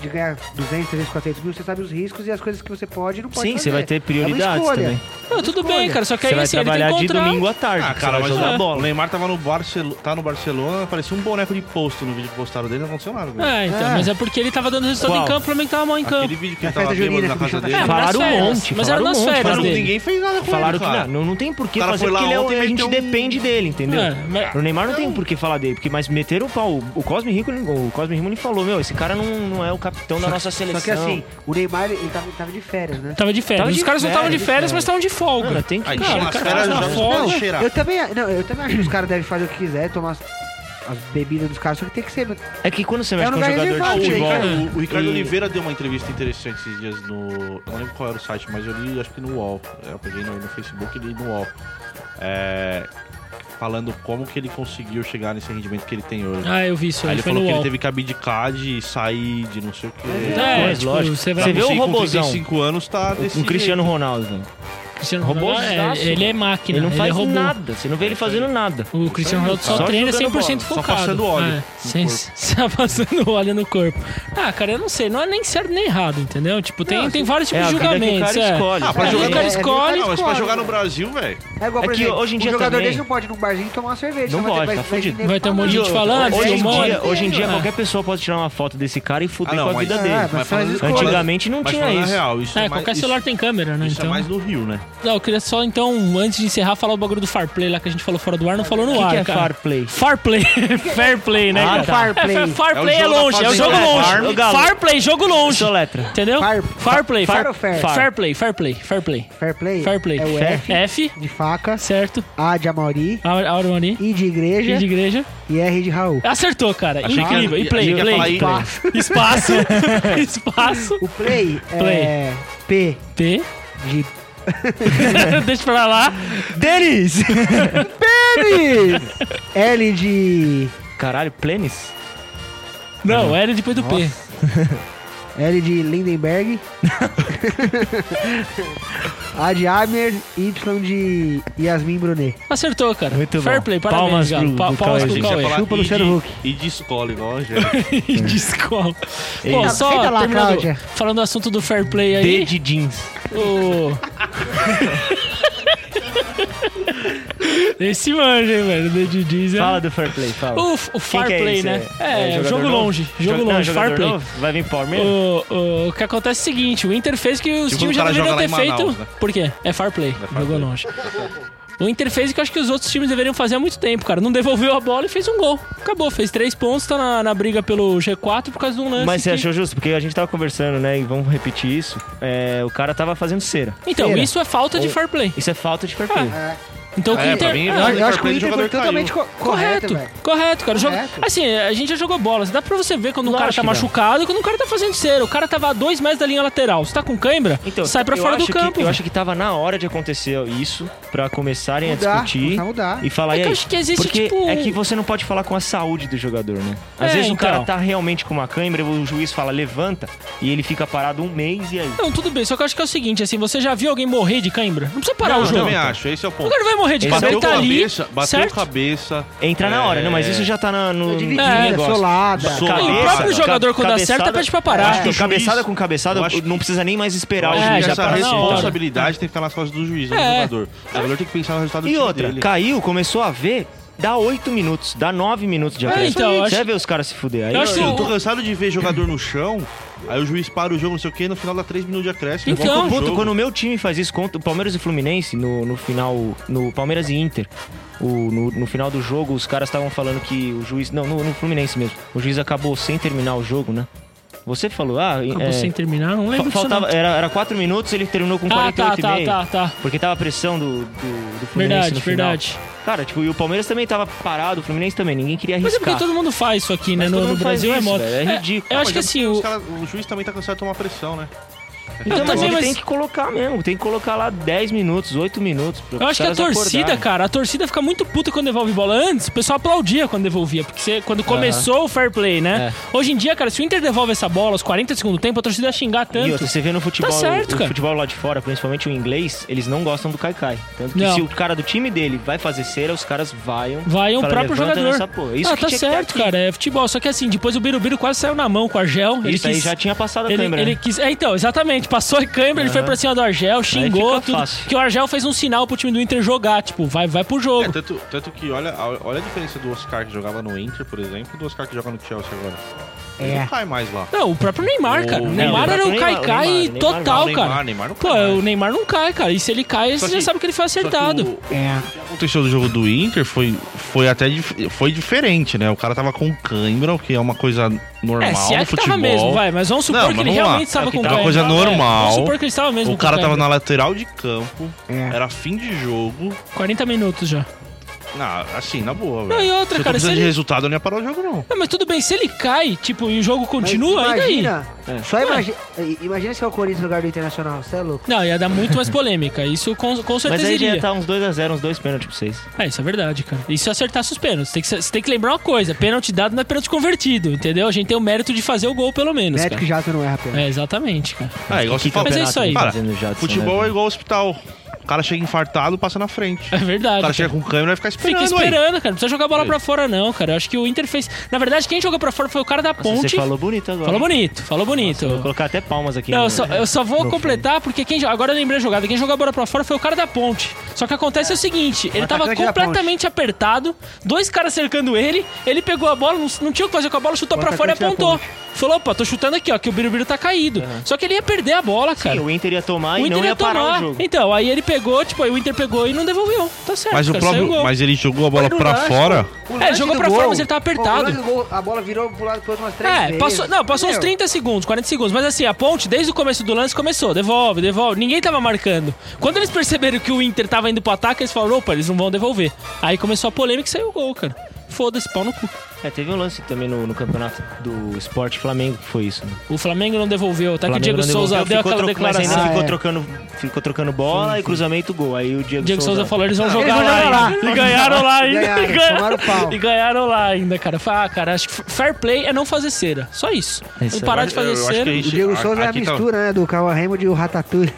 de ganhar 200, 300, 400 mil, você sabe os riscos e as coisas que você pode e não pode Sim, fazer. você vai ter É uma prioridades escolha. também. Não, tudo bem, cara. Só que Você aí vai assim, ele trabalhar tem de contrato. domingo à tarde. Ah, É você cara, vai mas jogar o bola. O Neymar tava no, Barcelo... tá no Barcelona, parecia um boneco de posto no vídeo que postaram dele, não aconteceu nada. velho. É, então, É. mas é porque ele tava dando resultado Qual? em campo, o Flamengo tava mal em campo. Aquele vídeo que ele festa tava junina bêbado na que casa o bicho dele. É, mas nas Falaram um férias. monte, Mas era falaram um nas monte, férias falaram Mas dele. ninguém fez nada com Falaram ele, que cara. não, não, não tem por que O cara fazer, foi lá porque ele é, o- ontem e a gente meteu um- depende dele, entendeu? É, mas- O Neymar não tem por que falar dele, porque, mas meteram o pau. O Cosme Rico, o Cosme Rimoni falou, meu, esse cara não, não é o capitão da nossa seleção. Só que assim, o Neymar, ele ele tava, ele tava de férias, né? Tava de férias. Tava Os de caras não estavam de férias, férias, cara. mas estavam de folga. Mano, tem que... Aí Cara, chega o nas cara férias tá já na os folga. caras cheirar. Eu também, não, eu também acho que os caras devem fazer o que quiser, tomar as, as bebidas dos caras, só que tem que ser. É que quando você É mexe um com um lugar jogador de Ah, o reservado, futebol... Ricardo, o- o Ricardo e- Oliveira deu uma entrevista interessante esses dias no. Eu não lembro qual era o site, mas eu li acho que no UOL. É, Eu peguei no, no Facebook e li no UOL. É, falando como que ele conseguiu chegar nesse rendimento que ele tem hoje. Ah, eu vi isso. Aí Ele, ele foi no falou que ele UOL. teve que abdicar de sair, de não sei o que. É, Mas tipo, lógico. você vai- Você vê o robozão, assim, Com 35 anos tá desse um Cristiano Ronaldo, velho. Cristiano Robôs Ronaldo, é, aço. ele é máquina. Ele não faz é robô. nada, você não vê ele fazendo nada. O Cristiano Ronaldo só, Só treina jogando 100% bola, só focado. passando óleo É, no sem, corpo. só passando óleo no corpo. Ah, cara, eu não sei. Não é nem certo nem errado, entendeu? Tipo, tem, tem vários É tipos a de vida que o julgamentos. cara é. escolhe. Ah, pra É, jogar o é- cara é- escolhe. Ronaldo. Não, mas pra Escolhe. jogar no Brasil, velho. É igual, por É que exemplo, hoje em dia um jogador também- desse não pode ir num barzinho tomar uma cerveja. Não senão pode, vai, tá ter- vai, fudido. ter- Vai ter um monte de gente E falando, hoje em filmando. dia, hoje em dia Ah. qualquer pessoa pode tirar uma foto desse cara e fuder com a vida mas, é, dele. Ah, mas são as falando- escolhas. Antigamente não mas tinha falando na isso. real, isso É, mais- qualquer isso- celular tem câmera, né? Isso é Então. mais no Rio, né? Não, eu queria só, então, antes de encerrar, falar o bagulho do Far Play lá que a gente falou fora do ar, não falou no O que ar, que é cara. far play? Far Play. Fair Play, né, Ah, cara? tá. Far É, Play. fa- Far É o Play é, jogo da longe, é o fazenda. jogo É, Far- longe. Far, Galo. Play, jogo longe. Soletra. Entendeu? Far, Far- Play, far, Far- fair. Far. Play, Fair Play, Fair Play. Fair play, Fair Play. é o Fair. F, F, de faca, certo. A de Amauri, A- Auro Mani. I de igreja I de igreja. e R de Raul. Acertou, cara. Achei que Incrível. ia- e play, achei que ia play. falar aí. Espaço. Espaço. O play, Play. é P P. de Deixa pra lá. Denis! pênis, L de... Caralho, Plenis? Não, era depois do P. L de Lindenberg, A de Amer, Y de Yasmin Brunet. Acertou, cara. Muito fair bom. Play, parabéns, Palmas Galo. pro- Pa- pro palmas pro Cauê. Tinha que Cauê. falar Chupa e Luciano de- Huck. E de escola, igual a gente. E de escola. Pô, Ei, só senta lá, terminando- Cláudia. falando do assunto do fair play D aí. de jeans. O... Esse manja, hein, velho. Do Didiz é... Fala do fair play, fala. O, o Far Quem que é Play, esse? né? É, jogador jogo novo? longe. Jogo Jo- não, longe, Far jogador Play. novo? Vai vir Palmeiras? O, o- o que acontece é o seguinte: o Inter fez que os Tipo, times o já cara deveriam joga ter lá em feito. Manaus, né? Por quê? É Far Play. Fair jogou Play. longe. O Inter fez o que eu acho que os outros times deveriam fazer há muito tempo, cara. Não devolveu a bola e fez um gol. Acabou, fez três pontos, tá na, na briga pelo G4 por causa de um lance. Mas você que- achou justo? Porque a gente tava conversando, né? E vamos repetir isso. É, o cara tava fazendo cera. Então, Feira. isso é falta de Ou- fair play. Isso é falta de fair play. Então, o que o É, Inter. pra mim, Ah, não, Eu acho que o Inter Play, foi o jogador caiu. totalmente co- correto, Correto, velho. correto, cara. O jogo- Correto. Assim, a gente já jogou bolas. Dá pra você ver quando um cara Lógico tá que dá. machucado e quando um cara tá fazendo cera. O cara tava a dois mais da linha lateral. Você tá com cãibra, sai Então, pra eu fora do acho que- campo. eu acho que tava na hora de acontecer isso pra começarem a Mudar, discutir começar a mudar. e falar É e que eu aí? acho que existe, Porque tipo, é que você não pode falar com a saúde do jogador, né? Às É, vezes então. o cara tá realmente com uma câimbra, o juiz fala levanta e ele fica parado um mês e aí. Não, tudo bem, só que eu acho que é o seguinte, assim, você já viu alguém morrer de cãibra? Ah, Não precisa parar o Não, eu jogo. também O acho, esse é o ponto. cara vai morrer de cãibra, Bateu ele tá ali, cabeça, bateu certo? cabeça. Entra na hora, É. né? Mas isso já tá na- no, no Dividida, negócio. solada. Sou- É. E o Cabeça, próprio jogador, quando cabeçada- acerta, pede pra Eu parar. acho que É. cabeçada Juiz. com cabeçada, Eu acho- não precisa nem mais Eu esperar o acho É, que juiz já essa tá na hora. responsabilidade tem que ficar nas costas do juiz, não É. do jogador. O jogador tem que pensar no resultado do E time outra, dele. caiu, começou a ver, dá 8 minutos, dá 9 minutos de É, acréscimo. então, eu Você acho- vai ver os caras se fuder. Aí Eu acho que Eu tô o- cansado de ver jogador no chão, aí o juiz para o jogo, não sei o que, no final dá 3 minutos de acréscimo. Então, volta Tô o puto jogo. quando o meu time faz isso contra o Palmeiras e o Fluminense no, no final, no Palmeiras e Inter. O- no, no final do jogo, os caras estavam falando que o juiz. Não, no, no Fluminense mesmo. O juiz acabou sem terminar o jogo, né? Você falou, ah, Acabou é, sem terminar, não lembro fa- disso faltava, não. era, era 4 minutos, ele terminou com Ah, 48 tá, e tá, meio. tá, tá. Porque tava a pressão do, do, do Fluminense. Verdade, no final. verdade. Cara, tipo, e o Palmeiras também tava parado, o Fluminense também, ninguém queria Mas é arriscar. porque todo mundo faz isso aqui, né? Mas No, todo no mundo faz Brasil é isso, moda. velho, é ridículo. eu Ah, acho mas que é assim, porque os o, cara- o juiz também tá cansado de tomar pressão, né? Então, mas também, ele mas- tem que colocar mesmo. Tem que colocar lá 10 minutos, 8 minutos. pra Eu acho que a os caras torcida, acordarem. cara, a torcida fica muito puta quando devolve bola. Antes, o pessoal aplaudia quando devolvia, porque você- quando começou o fair play, né? É. Hoje em dia, cara, se o Inter devolve essa bola aos 40 do segundo tempo, a torcida ia xingar E tanto. outra, você vê no futebol, Tá certo, o cara. futebol lá de fora, principalmente o inglês, eles não gostam do Kaikai. Tanto que Não. se o cara do time dele vai fazer cera, os caras vaiam. Vai o falam, próprio "Levanta jogador. nessa porra." Isso ah, que tá tinha que ter certo, aqui. cara. É futebol. Só que assim, depois o Birubiru quase saiu na mão com o Argel. ele Isso aí quis- já tinha passado a Ele, câmera. ele né? quis. É, então, exatamente. Passou a câmera, ele foi pra cima do Argel, xingou fica tudo. fácil. Que o Argel fez um sinal pro time do Inter jogar, tipo, vai, vai pro É, jogo. tanto, tanto que olha, a- olha a diferença do Oscar que jogava no Inter, por exemplo, e do Oscar que joga no Chelsea agora. Ele É. não cai mais lá. Não, o próprio Neymar, O- cara. O não, Neymar o era um Neymar- o Neymar- cai-cai o Neymar- total, o Neymar- cara. o Neymar não Pô, é cai mais. o Neymar não cai, cara. E se ele cai, Só você já que- sabe que ele foi Só que acertado. o- É. O que aconteceu do jogo do Inter foi, foi até dif- foi diferente, né? O cara tava com cãibra, o que é uma coisa normal É, se é no que tava futebol. mesmo, vai. Mas vamos supor Não, que mas ele vamos lá. realmente estava É que com tava cãibra. coisa É, normal. Vamos supor que ele estava mesmo O cara com tava cãibra. na lateral de campo, É. era fim de jogo. 40 minutos já. Ah, assim, na boa, Não, velho. e outra, Se eu cara, tô se precisando de ele- resultado, eu não ia parar o jogo, não. Não, mas tudo bem, se ele cai, tipo, e o jogo Mas continua, e daí? É. imagina, Só imagina. Imagina se é o Corinthians no lugar do Internacional, você é louco? Não, ia dar muito mais polêmica. Isso com, com Mas certeza aí já iria. ia tá- estar uns 2x0, uns dois pênaltis pra vocês. É, isso é verdade, cara. E se acertasse os pênaltis? Tem que, ser- você tem que lembrar uma coisa: pênalti dado não é pênalti convertido, entendeu? A gente tem o mérito de fazer o gol, pelo menos. Médico cara. já que não erra, pelo. É, exatamente, cara. Ah, igual você falou. Mas é isso aí. Cara, fazendo já, Futebol é igual hospital. O cara chega infartado, passa na frente. É verdade. O cara cara. Tá, chega com câmera e vai ficar Fica esperando. Aí. esperando, cara. Não precisa jogar a bola É. Aí. pra fora, não, cara. Eu acho que o Inter fez. Na verdade, quem jogou pra fora foi o cara da Nossa, ponte. Você falou bonito agora. Falou bonito, falou bonito. Vou colocar até palmas aqui. Não, no- eu só, eu só vou no completar porque quem jo- agora eu lembrei a jogada. Quem jogou a bola pra fora foi o cara da ponte. Só que acontece o seguinte: ele tava atacante da completamente apertado, dois caras cercando ele, ele pegou a bola, não, não tinha o que fazer com a bola, chutou O pra é fora e atacante da apontou. Ponte. Falou, opa, tô chutando aqui, ó, que o Birubiru tá caído. Só que ele ia perder a bola, cara. Sim, o Inter ia tomar O e não Inter ia ia parar o tomar. jogo. Então, aí ele pegou, tipo, aí o Inter pegou e não devolveu. Tá certo. Mas, o cara, saiu próprio, gol. mas ele jogou a bola Foi no pra lance, fora. pô. O É, lance jogou do pra fora, gol- mas ele tava pô, o apertado. lance do gol, a bola virou pro lado pro outro umas três É, vezes. passou, não, passou uns Entendeu? 30 segundos, 40 segundos, mas assim, a ponte, desde o começo do lance, começou, devolve, devolve, ninguém tava marcando. Quando eles perceberam que o Inter tava indo pro ataque, eles falaram, opa, eles não vão devolver. Aí começou a polêmica e saiu o gol, cara. Foda-se, pau no cu. É, teve um lance também no, no campeonato do Esporte Flamengo que foi isso. Né? É O Flamengo não devolveu, até que o Flamengo Diego não devolveu, Souza deu ficou aquela troca- mas declaração. ainda assim, Ah, ficou, é. trocando, ficou trocando bola e cruzamento gol. Aí o Diego, Diego Souza Souza falou, eles vão jogar, Eles vão lá, jogar ainda. lá. E ganharam lá ainda. Ganharam, e, ganha- tomaram pau. e ganharam lá ainda, cara. Fala, ah, cara, acho que fair play é não fazer cera. Só isso. É Isso, não parar eu de fazer acho que cera. a O gente- Diego a- Souza é a aqui tá- mistura, né? Do Carl Raymond e o Ratatouille.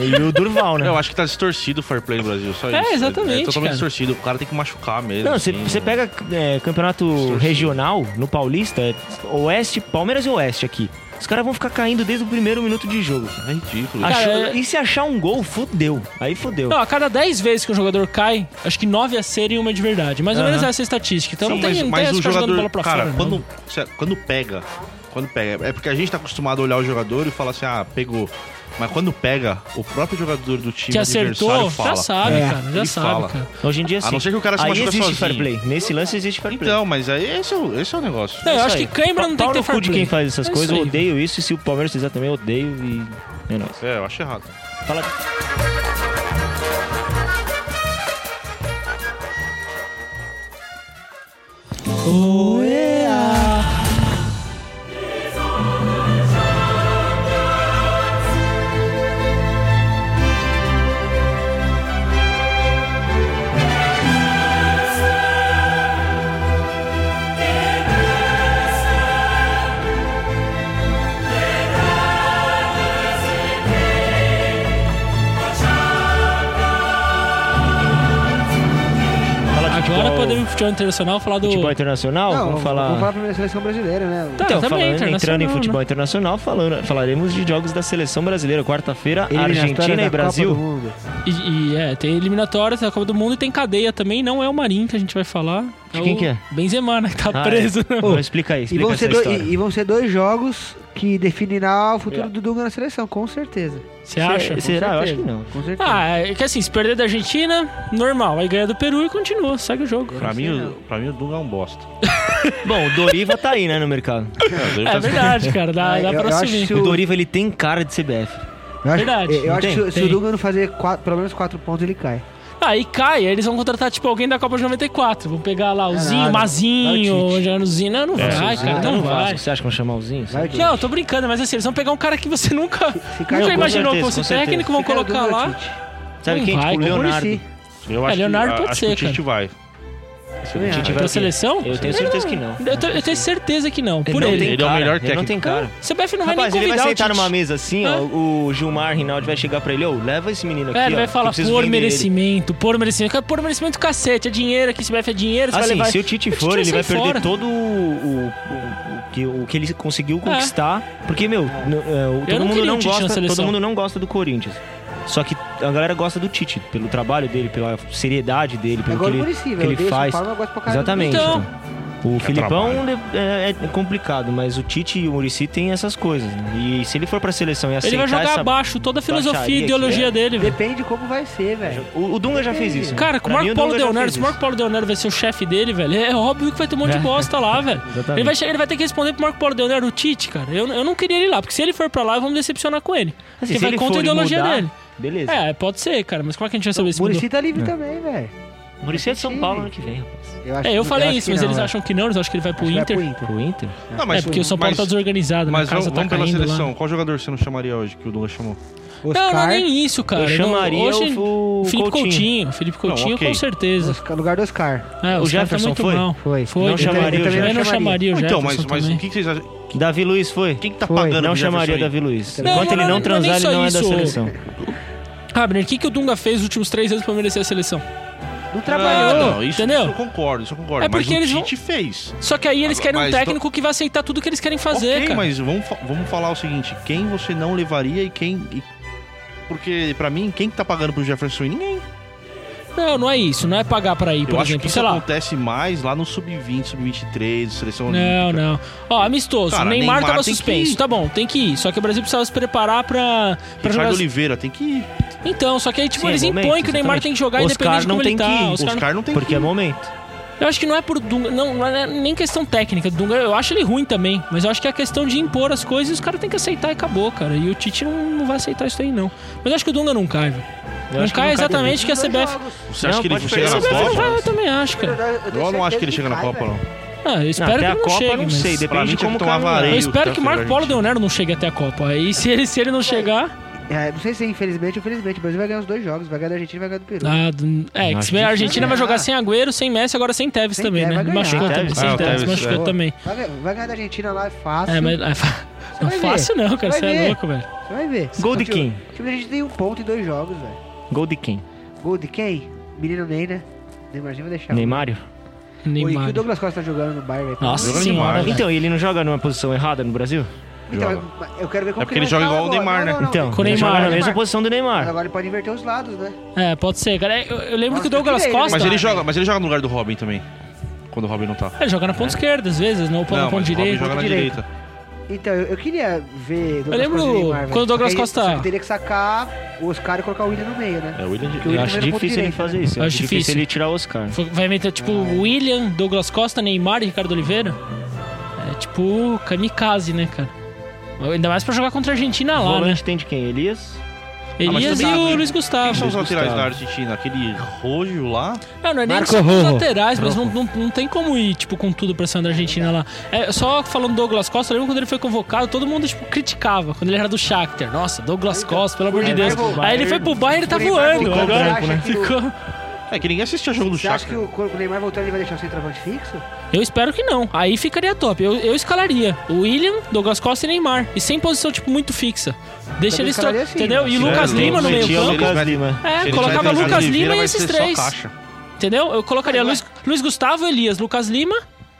E o Durval, né? Eu acho que tá distorcido o fair play no Brasil, só É, isso. exatamente, É totalmente cara. distorcido. O cara tem que machucar mesmo. Não, você assim, você né? pega é, campeonato regional no Paulista, é Oeste, Palmeiras e Oeste aqui. Os caras vão ficar caindo desde o primeiro minuto de jogo. É ridículo. Cara, Achou- é- E se achar um gol, fudeu. Aí fudeu. Não, a cada 10 vezes que um jogador cai, acho que 9 é cera e uma é de verdade. Mais ou Aham. menos essa é a estatística. Então Sim, não tem, mas, não mas tem o essa jogando jogador, bola pra cara, fora. não. quando, cê- quando pega, quando pega, é porque a gente tá acostumado a olhar o jogador e falar assim, ah, pegou. Mas quando pega, o próprio jogador do time que acertou, já adversário fala. sabe, É, cara. Já ele sabe, fala. cara. Hoje em dia, sim. não ser que o cara se Aí machuca existe sozinho. fair play. Nesse lance existe fair play. Então, mas aí esse é o, esse é o negócio. Não, eu Isso acho aí. que câimbra não tem Pau que ter no cu fair de play. quem faz essas É coisas, isso eu aí. odeio isso. E se o Palmeiras fizer também, eu odeio e... É nóis. É, eu acho errado. Fala... Fala de futebol, Agora podemos ir pro futebol internacional falar do. futebol internacional? Não, vamos falar... Vamos falar primeiro da seleção brasileira, né? Tá, Então, também falando- internacional, entrando em né? futebol internacional, falando, falaremos de jogos da seleção brasileira. Quarta-feira, Argentina Eliminatória e da Copa Brasil. do Mundo. E, e, é, tem eliminatória, tem a Copa do Mundo e tem cadeia também. Não é o Marinho que a gente vai falar. De quem o que é? Benzema, né? Que tá Ah, preso. é. Ô, explica aí, E explica vão, essa ser dois, história. e, e vão ser dois jogos que definirá o É. futuro Yeah. do Dunga na seleção, com certeza. Você acha? É, Será? Eu acho que certeza. não. Com certeza. Ah, é que assim, se perder da Argentina, normal. Aí ganha do Peru e continua, segue o jogo. Pra mim, não. o, pra mim, o Dunga é um bosta. Bom, o Doriva tá aí, né, no mercado. É, ele É tá- verdade, cara. Dá, Ah, dá eu- pra eu acho assumir. que O Doriva, ele tem cara de CBF. Eu acho, Verdade. eu Não acho tem? que se, se o Tem. Douglas não fazer quatro- pelo menos quatro pontos, ele cai. Ah, e cai, aí eles vão contratar, tipo, alguém da Copa de 94. Vão pegar lá o Caralho. Zinho, o Vai o Mazinho, Tite. o Januzinho. Não, não vai, Zinho cara, tá não no Vasco. vai. Você acha que vão chamar o Zinho? Vai, Douglas. Não, eu tô brincando, mas assim, eles vão pegar um cara que você nunca, cai, nunca com imaginou que certeza, fosse com certeza. técnico, vão Cara, o colocar Douglas é o lá. Tite. Sabe Não quem? vai, tipo, o com o Leonardo. Muricy. Eu acho Leonardo que, a- pode acho ser, que o Tite vai. Também Tite acho. vai- Pra seleção? Tipo, assim, Eu tenho certeza que não. Eu, tô- eu tenho certeza que não, por não ele. tem Ele é o cara, melhor Ele não tem técnico. cara. O CBF não vai Rapaz, nem ele vai convidar o sentar Tite. numa mesa assim, ó. O Gilmar Rinaldi vai chegar pra ele, ô, leva esse menino aqui. É, ele ó, vai que eu falar preciso por vender ele." merecimento, por merecimento. Cara, Por merecimento, cacete. É dinheiro aqui, CBF é dinheiro. Você vai Assim, levar... se o Tite Tite for, ele vai vai sair perder fora. É. todo o, o- o que, o que ele conseguiu conquistar. Porque, meu, n- é, o- todo, não mundo queria não o Tite na gosta, seleção. todo mundo não gosta do Corinthians. Só que a galera gosta do Tite, pelo trabalho dele, pela seriedade dele, pelo Agora que o ele, Muricy, que velho. ele Eu odeio São faz. Paulo, mas gosto pra caralho do Exatamente. Então. então. O Filipão trabalho. de- é, é complicado, mas o Tite e o Murici têm essas coisas. né? E se ele for pra seleção e aceitar Ele vai jogar essa... abaixo toda a filosofia baixaria e que ideologia é. dele, velho. Depende de como vai ser, velho. O, o Dunga já fez isso. né? Cara, com o Pra mim, Marco Paulo Dunga já Leonardo, fez se o Marco Paulo Leonardo vai ser o chefe dele, velho, é óbvio que vai ter um monte de bosta lá, velho. Exatamente. Ele vai, chegar- ele vai ter que responder pro Marco Paulo Leonardo o Tite, cara. Eu, eu não queria ele lá, porque se ele for pra lá, eu vou me decepcionar com ele. Assim, porque se vai ele contra a for ideologia mudar, dele. Beleza. É, pode ser, cara, mas como é que a gente vai saber se O mudou? Muricy tá livre também, velho. Murici é de São Sim. Paulo ano que vem, rapaz. acho- É, eu falei acho isso, que mas não, eles velho. acham que não, eles acham que ele vai pro Acho que vai Inter. pro Inter. Pro Inter? Não, mas, é, porque o São Paulo mas, tá desorganizado, né? Mas a casa vamos, tá vamos pela caindo lá. seleção. Qual jogador você não chamaria hoje que o Dunga chamou? Não, não, Oscar- nem isso, cara. Eu Não, chamaria hoje, o- o Felipe Coutinho. Coutinho. Felipe Coutinho, ok. com certeza. Oscar- lugar do Oscar. É, O os caras Jefferson muito foi? mal. Foi. Foi. Não Eu chamaria o também- Eu também não Jefferson. chamaria o então, Jefferson mas, mas também. o que que vocês acham? Davi Luiz foi? Quem que tá Foi. pagando Não pro Jefferson chamaria aí? Davi Luiz. Não, Enquanto ele não, não não, transar, nem ele só não é da isso. seleção. Abner, Tipo, ah, o que, que o Dunga fez nos últimos três anos pra merecer a seleção? Não Ah, trabalhou. não. Ah, então, isso, entendeu? isso eu concordo, isso eu concordo. É porque mas eles o vão- Tite fez. Só que aí eles querem um Ah, Mas então técnico que vai aceitar tudo que eles querem fazer, ok, cara. mas vamos, fa- vamos falar o seguinte: quem você não levaria e quem. e- Porque, pra mim, quem que tá pagando pro Jefferson? Ninguém. Não, não é isso. Não é pagar pra ir, eu por acho exemplo. Sei que isso é lá. acontece mais lá no sub-20, sub-23, seleção Não, olímpica. não. Ó, amistoso. Cara, Neymar, Neymar tava tem suspenso. que ir. Tá bom, tem que ir. Só que o Brasil precisava se preparar pra, pra jogar. Ricardo Oliveira tem que ir. Então, só que aí, tipo, Sim, é eles momento, impõem que o Neymar exatamente. tem que jogar Oscar independente de não como ele tem tá. que ir. Os Os caras caras não tem Porque que é ir. momento. Eu acho que não é por Dunga, não, não é nem questão técnica do Dunga. Eu acho ele ruim também, mas eu acho que é questão de impor as coisas e os caras têm que aceitar e acabou, cara. E o Tite não, não vai aceitar isso aí, não. Mas eu acho que o Dunga não cai, velho. Eu Não acho que não cai cai exatamente que a Dois CBF. jogos. Você Não, acha que ele pode chega perder. na CBF Você não Copa? vai, eu também acho, cara. tenho Eu não acho certeza que ele chega na cai, Copa, velho. não. Ah, eu espero até que ele a não Copa, chegue, não mas... sei, depende Pra mim de tinha como que tomar caminhar. vareio. Eu Ei, espero o que o Marco Taffarel, Paulo gente. Leonardo não chegue até a Copa. Aí se ele, se ele não chegar. É, não sei se infelizmente ou felizmente, o Brasil vai ganhar os dois jogos. Vai ganhar da Argentina e vai ganhar do Peru. Ah, d- é, Não, que se bem, a acho Argentina vai ganhar. jogar sem Agüero, sem Messi, agora sem Tevez Sem também, Tevez, vai né? ganhar. machucou Sem também, Tevez, sem é, o Tevez, Tevez, machucou é. também. Vai, ganhar- vai ganhar da Argentina lá, é fácil. É, mas. Não é vai ver. fácil não, cara. Vai Você é ver. louco, velho. Você vai ver. Gol de Porque quem? O time da gente tem um ponto em dois jogos, velho. Gol de quem? Gol de quem? Menino Ney, né? Neymarzinho vai deixar. Neymar? Oi, que Neymar. o Douglas Costa tá jogando no Bayern, velho. Nossa Jogando senhora. demais. velho. Então, e ele não joga numa posição errada no Brasil? Então, Joga. mas eu quero ver como É porque que vai ele joga ficar igual o agora. Neymar, Não, né? não, Então, não. Com o ele Neymar, joga na né? mesma posição do Mas Neymar. agora ele pode inverter os lados, né? É, pode ser, cara. Eu, eu lembro Nossa, que o Douglas eu queria ele, Costa. Mas ele Tá. joga, mas ele joga no lugar do Robin também. Quando o Robin não tá. Ele joga na ponta esquerda, às vezes, não não, na ponta mas o Robin direita. joga na direita. direita. Então, eu, eu queria ver. Douglas lembro Costa e Neymar, velho. quando o Douglas Só que aí- Costa- só que Teria que sacar os caras e colocar o William no meio, né? É o William de... Porque o Eu William acho era ponto difícil ele direito, fazer né? isso. Eu Acho acho difícil difícil. ele tirar o Oscar. Foi- Vai meter, tipo, William, Douglas Costa, Neymar e Ricardo Oliveira. É tipo kamikaze, né, cara? Ainda mais pra jogar contra a Argentina O lá, né? volante tem de quem? Elias? Ah, mas né? Elias e também- o Luiz Quem são Gustavo. os laterais da Argentina? Aquele rojo lá? Não, não é nem Marco só os Rojo. laterais, mas não, não, não tem como ir, tipo, com tudo pra cima da Argentina lá. É, só falando do Douglas Costa, eu lembro quando ele foi convocado, todo mundo, tipo, criticava. Quando ele era do Shakhtar. Nossa, Douglas Costa, É. pelo amor de Aí Deus. vai pro Aí ele foi pro Bayern e tá Por aí vai voando. voltar, Agora acha né? que o- ficou... É que ninguém assistia jogo do Você acha que Shakhtar. o, quando o Neymar voltar ele vai deixar o centroavante fixo? Eu espero que não. Aí ficaria top. Eu, eu escalaria o William, Douglas Costa e Neymar. E sem posição, tipo, muito fixa. Deixa Também eles... tro- escalaria assim, Entendeu? E né? Lucas Sim, Lima no sim, meio sim, campo. sim. Lucas vai- Lima. É, Se eles colocava meterem Lucas Oliveira, Lima e vai esses ser só três. caixa. é. Entendeu? Eu colocaria Luiz, Luiz Gustavo, Elias, Lucas Lima,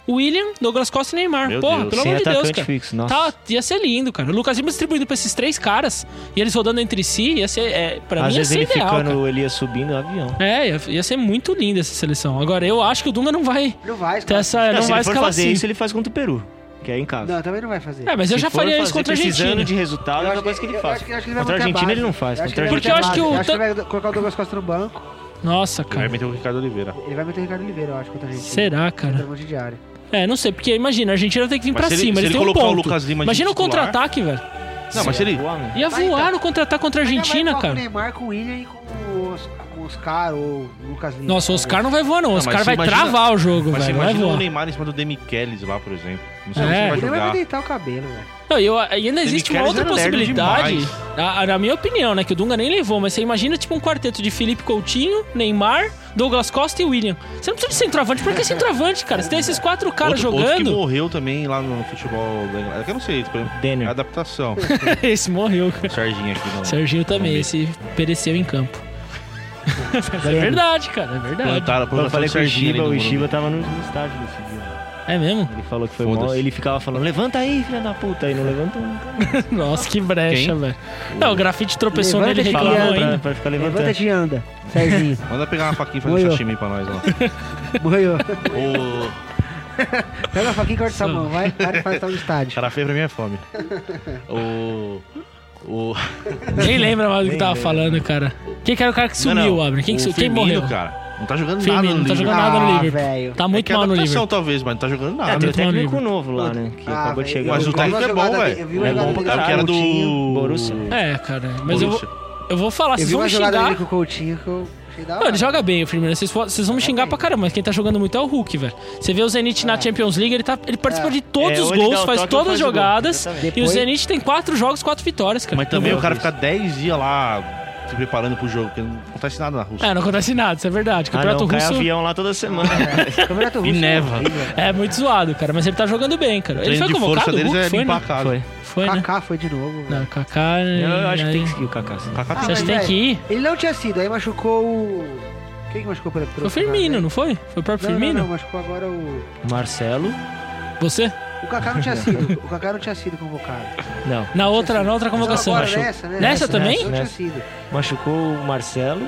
William, Douglas Costa e Neymar. Meu Porra, Deus. pelo Sem amor de Deus, atacante cara. fixo, nossa. Tá, ia ser lindo, cara. O Lucas Lima distribuindo pra esses três caras e eles rodando entre si, ia ser. É, pra Às mim ia vezes ser ele ideal. ficando, cara. o Elias subindo no avião. É, ia, ia ser muito linda essa seleção. Agora, eu acho que o Dunga não vai Não vai, ter escalar- essa. Não, se vai ele for escalar fazer assim. isso, ele faz contra o Peru, que é em casa. Não, também não vai fazer. É, mas eu Se já for faria isso fazer contra a precisando Argentina. de resultado, é uma coisa que ele eu faz. acho que- eu acho que ele vai Contra a manter Argentina base. ele não faz. Eu acho que Contra a ele vai Porque eu manter acho que a o- base. acho que ele vai colocar o Douglas Costa no banco. Nossa, Ele Vai cara. meter o Ricardo Oliveira. Ele vai meter o Ricardo Oliveira, eu acho, contra a gente. Será, cara? Centroavante de área. É, não sei, porque imagina, a Argentina tem que vir Mas pra se ele- cima, se eles ele têm um colocar o ponto. Lucas Lima de imagina o titular- contra-ataque, velho. Não, mas se ele. Boa, né? Ia Mas então- voar no contratar contra a Ainda Argentina, vai voar Com o cara. Neymar, com o William e com o, Os- com o Oscar ou o Lucas Lima. Nossa, o talvez. Oscar não vai voar, não. O mas Oscar você vai imagina- travar o jogo, Mas você velho. Vai imagina o voar. Neymar em cima do Demichelis lá, por exemplo. Não sei É. se ele vai Ele vai jogar. me deitar o cabelo, velho. Não, e eu, e ainda existe uma Kelly outra era lerdo possibilidade. demais. a- a- na minha opinião, né? Que o Dunga nem levou, mas você imagina tipo um quarteto de Felipe Coutinho, Neymar, Douglas Costa e William. Você não precisa de centroavante, por que centroavante, cara? Você tem esses quatro caras Outro- outro que jogando. morreu também lá no futebol da Inglaterra. Eu não sei, por exemplo, Denner. é adaptação. esse morreu, O cara. Serginho aqui não. Serginho também, Vamos ver. esse pereceu em campo. é verdade, cara, é tá- verdade. Plantaram, Eu plantaram falei com o Serginho ali Shiba, no o Morumbi. Shiba tava no, no estádio desse dia. É mesmo? Ele falou que foi Foda-se. mal. Ele ficava falando, levanta aí, filha da puta. E não levantou nunca. Nossa, que brecha, Quem? velho. Não, o grafite tropeçou Levanta nele e esse reclamou cara pra, ainda. pra ficar Levanta levantando. e anda, Serginho. Manda pegar uma faquinha e fazer Morreu. um sashimi aí pra nós lá. Morreu. O Pega a faquinha e corta essa mão, vai. Para de fazer no estádio. cara feio pra mim é fome. O... O... Nem lembra mais do que Nem tava lembra. falando, cara. Quem que era o cara que sumiu, Abner? Quem, que o su- quem Firmino, morreu? cara. Não tá jogando Firmino, nada não no tá jogando nada no Ah, Liverpool. velho. Tá Muito muito é mal no adaptação, Liverpool. talvez, mas não tá jogando Ah, nada. tem Até o técnico Flamengo. novo lá, né? Que Ah, acabou de velho, chegar. Mas o Eu vi uma técnico é bom, jogada- eu vi velho. uma É jogada bom porque dele com é o que era o Coutinho, do... Borussia. É, cara. Mas eu vou, Borussia. eu vou falar, Eu Ah, vocês vi vão uma me jogada xingar. dele com o Coutinho que eu achei da Mano, hora. ele joga bem o Firmino. Vocês, fo- vocês vão me xingar pra caramba, mas quem tá jogando muito é o Hulk, velho. Você vê o Zenit na Champions League, ele, tá, ele participa de todos É, os ou ele dá gols, o faz toque ou todas as faz o gol, jogadas. exatamente. e o Depois- Zenit tem quatro jogos, quatro vitórias, cara. Mas também é Eu o cara vi ficar 10 dias lá se preparando pro jogo, porque não acontece nada na Rússia. É, não acontece nada, isso é verdade. Ah, O não, Campeonato cai Russo avião lá toda semana. Campeonato Russo. neva. é muito zoado, cara. Mas ele tá jogando bem, cara. O Ele treino foi de força convocado? O deles Hulk é foi, limpar né? a casa. Foi. Foi, né? Kaká foi de novo, velho. Não, Kaká... Eu, eu acho que tem que aí- seguir o Kaká. sim. Kaká Ah, tá- Vocês mas, têm velho, que ir. Ele não tinha sido, aí machucou o... Quem que machucou pela Foi o Firmino, não foi? Foi o próprio Não, não, Firmino? não, machucou agora o... Marcelo? Você? O Kaká não tinha sido. O Kaká não tinha sido convocado. Não. Na outra, na outra convocação. Agora, acho. nessa, né? Nessa também? Não tinha Nessa. sido. Machucou o Marcelo.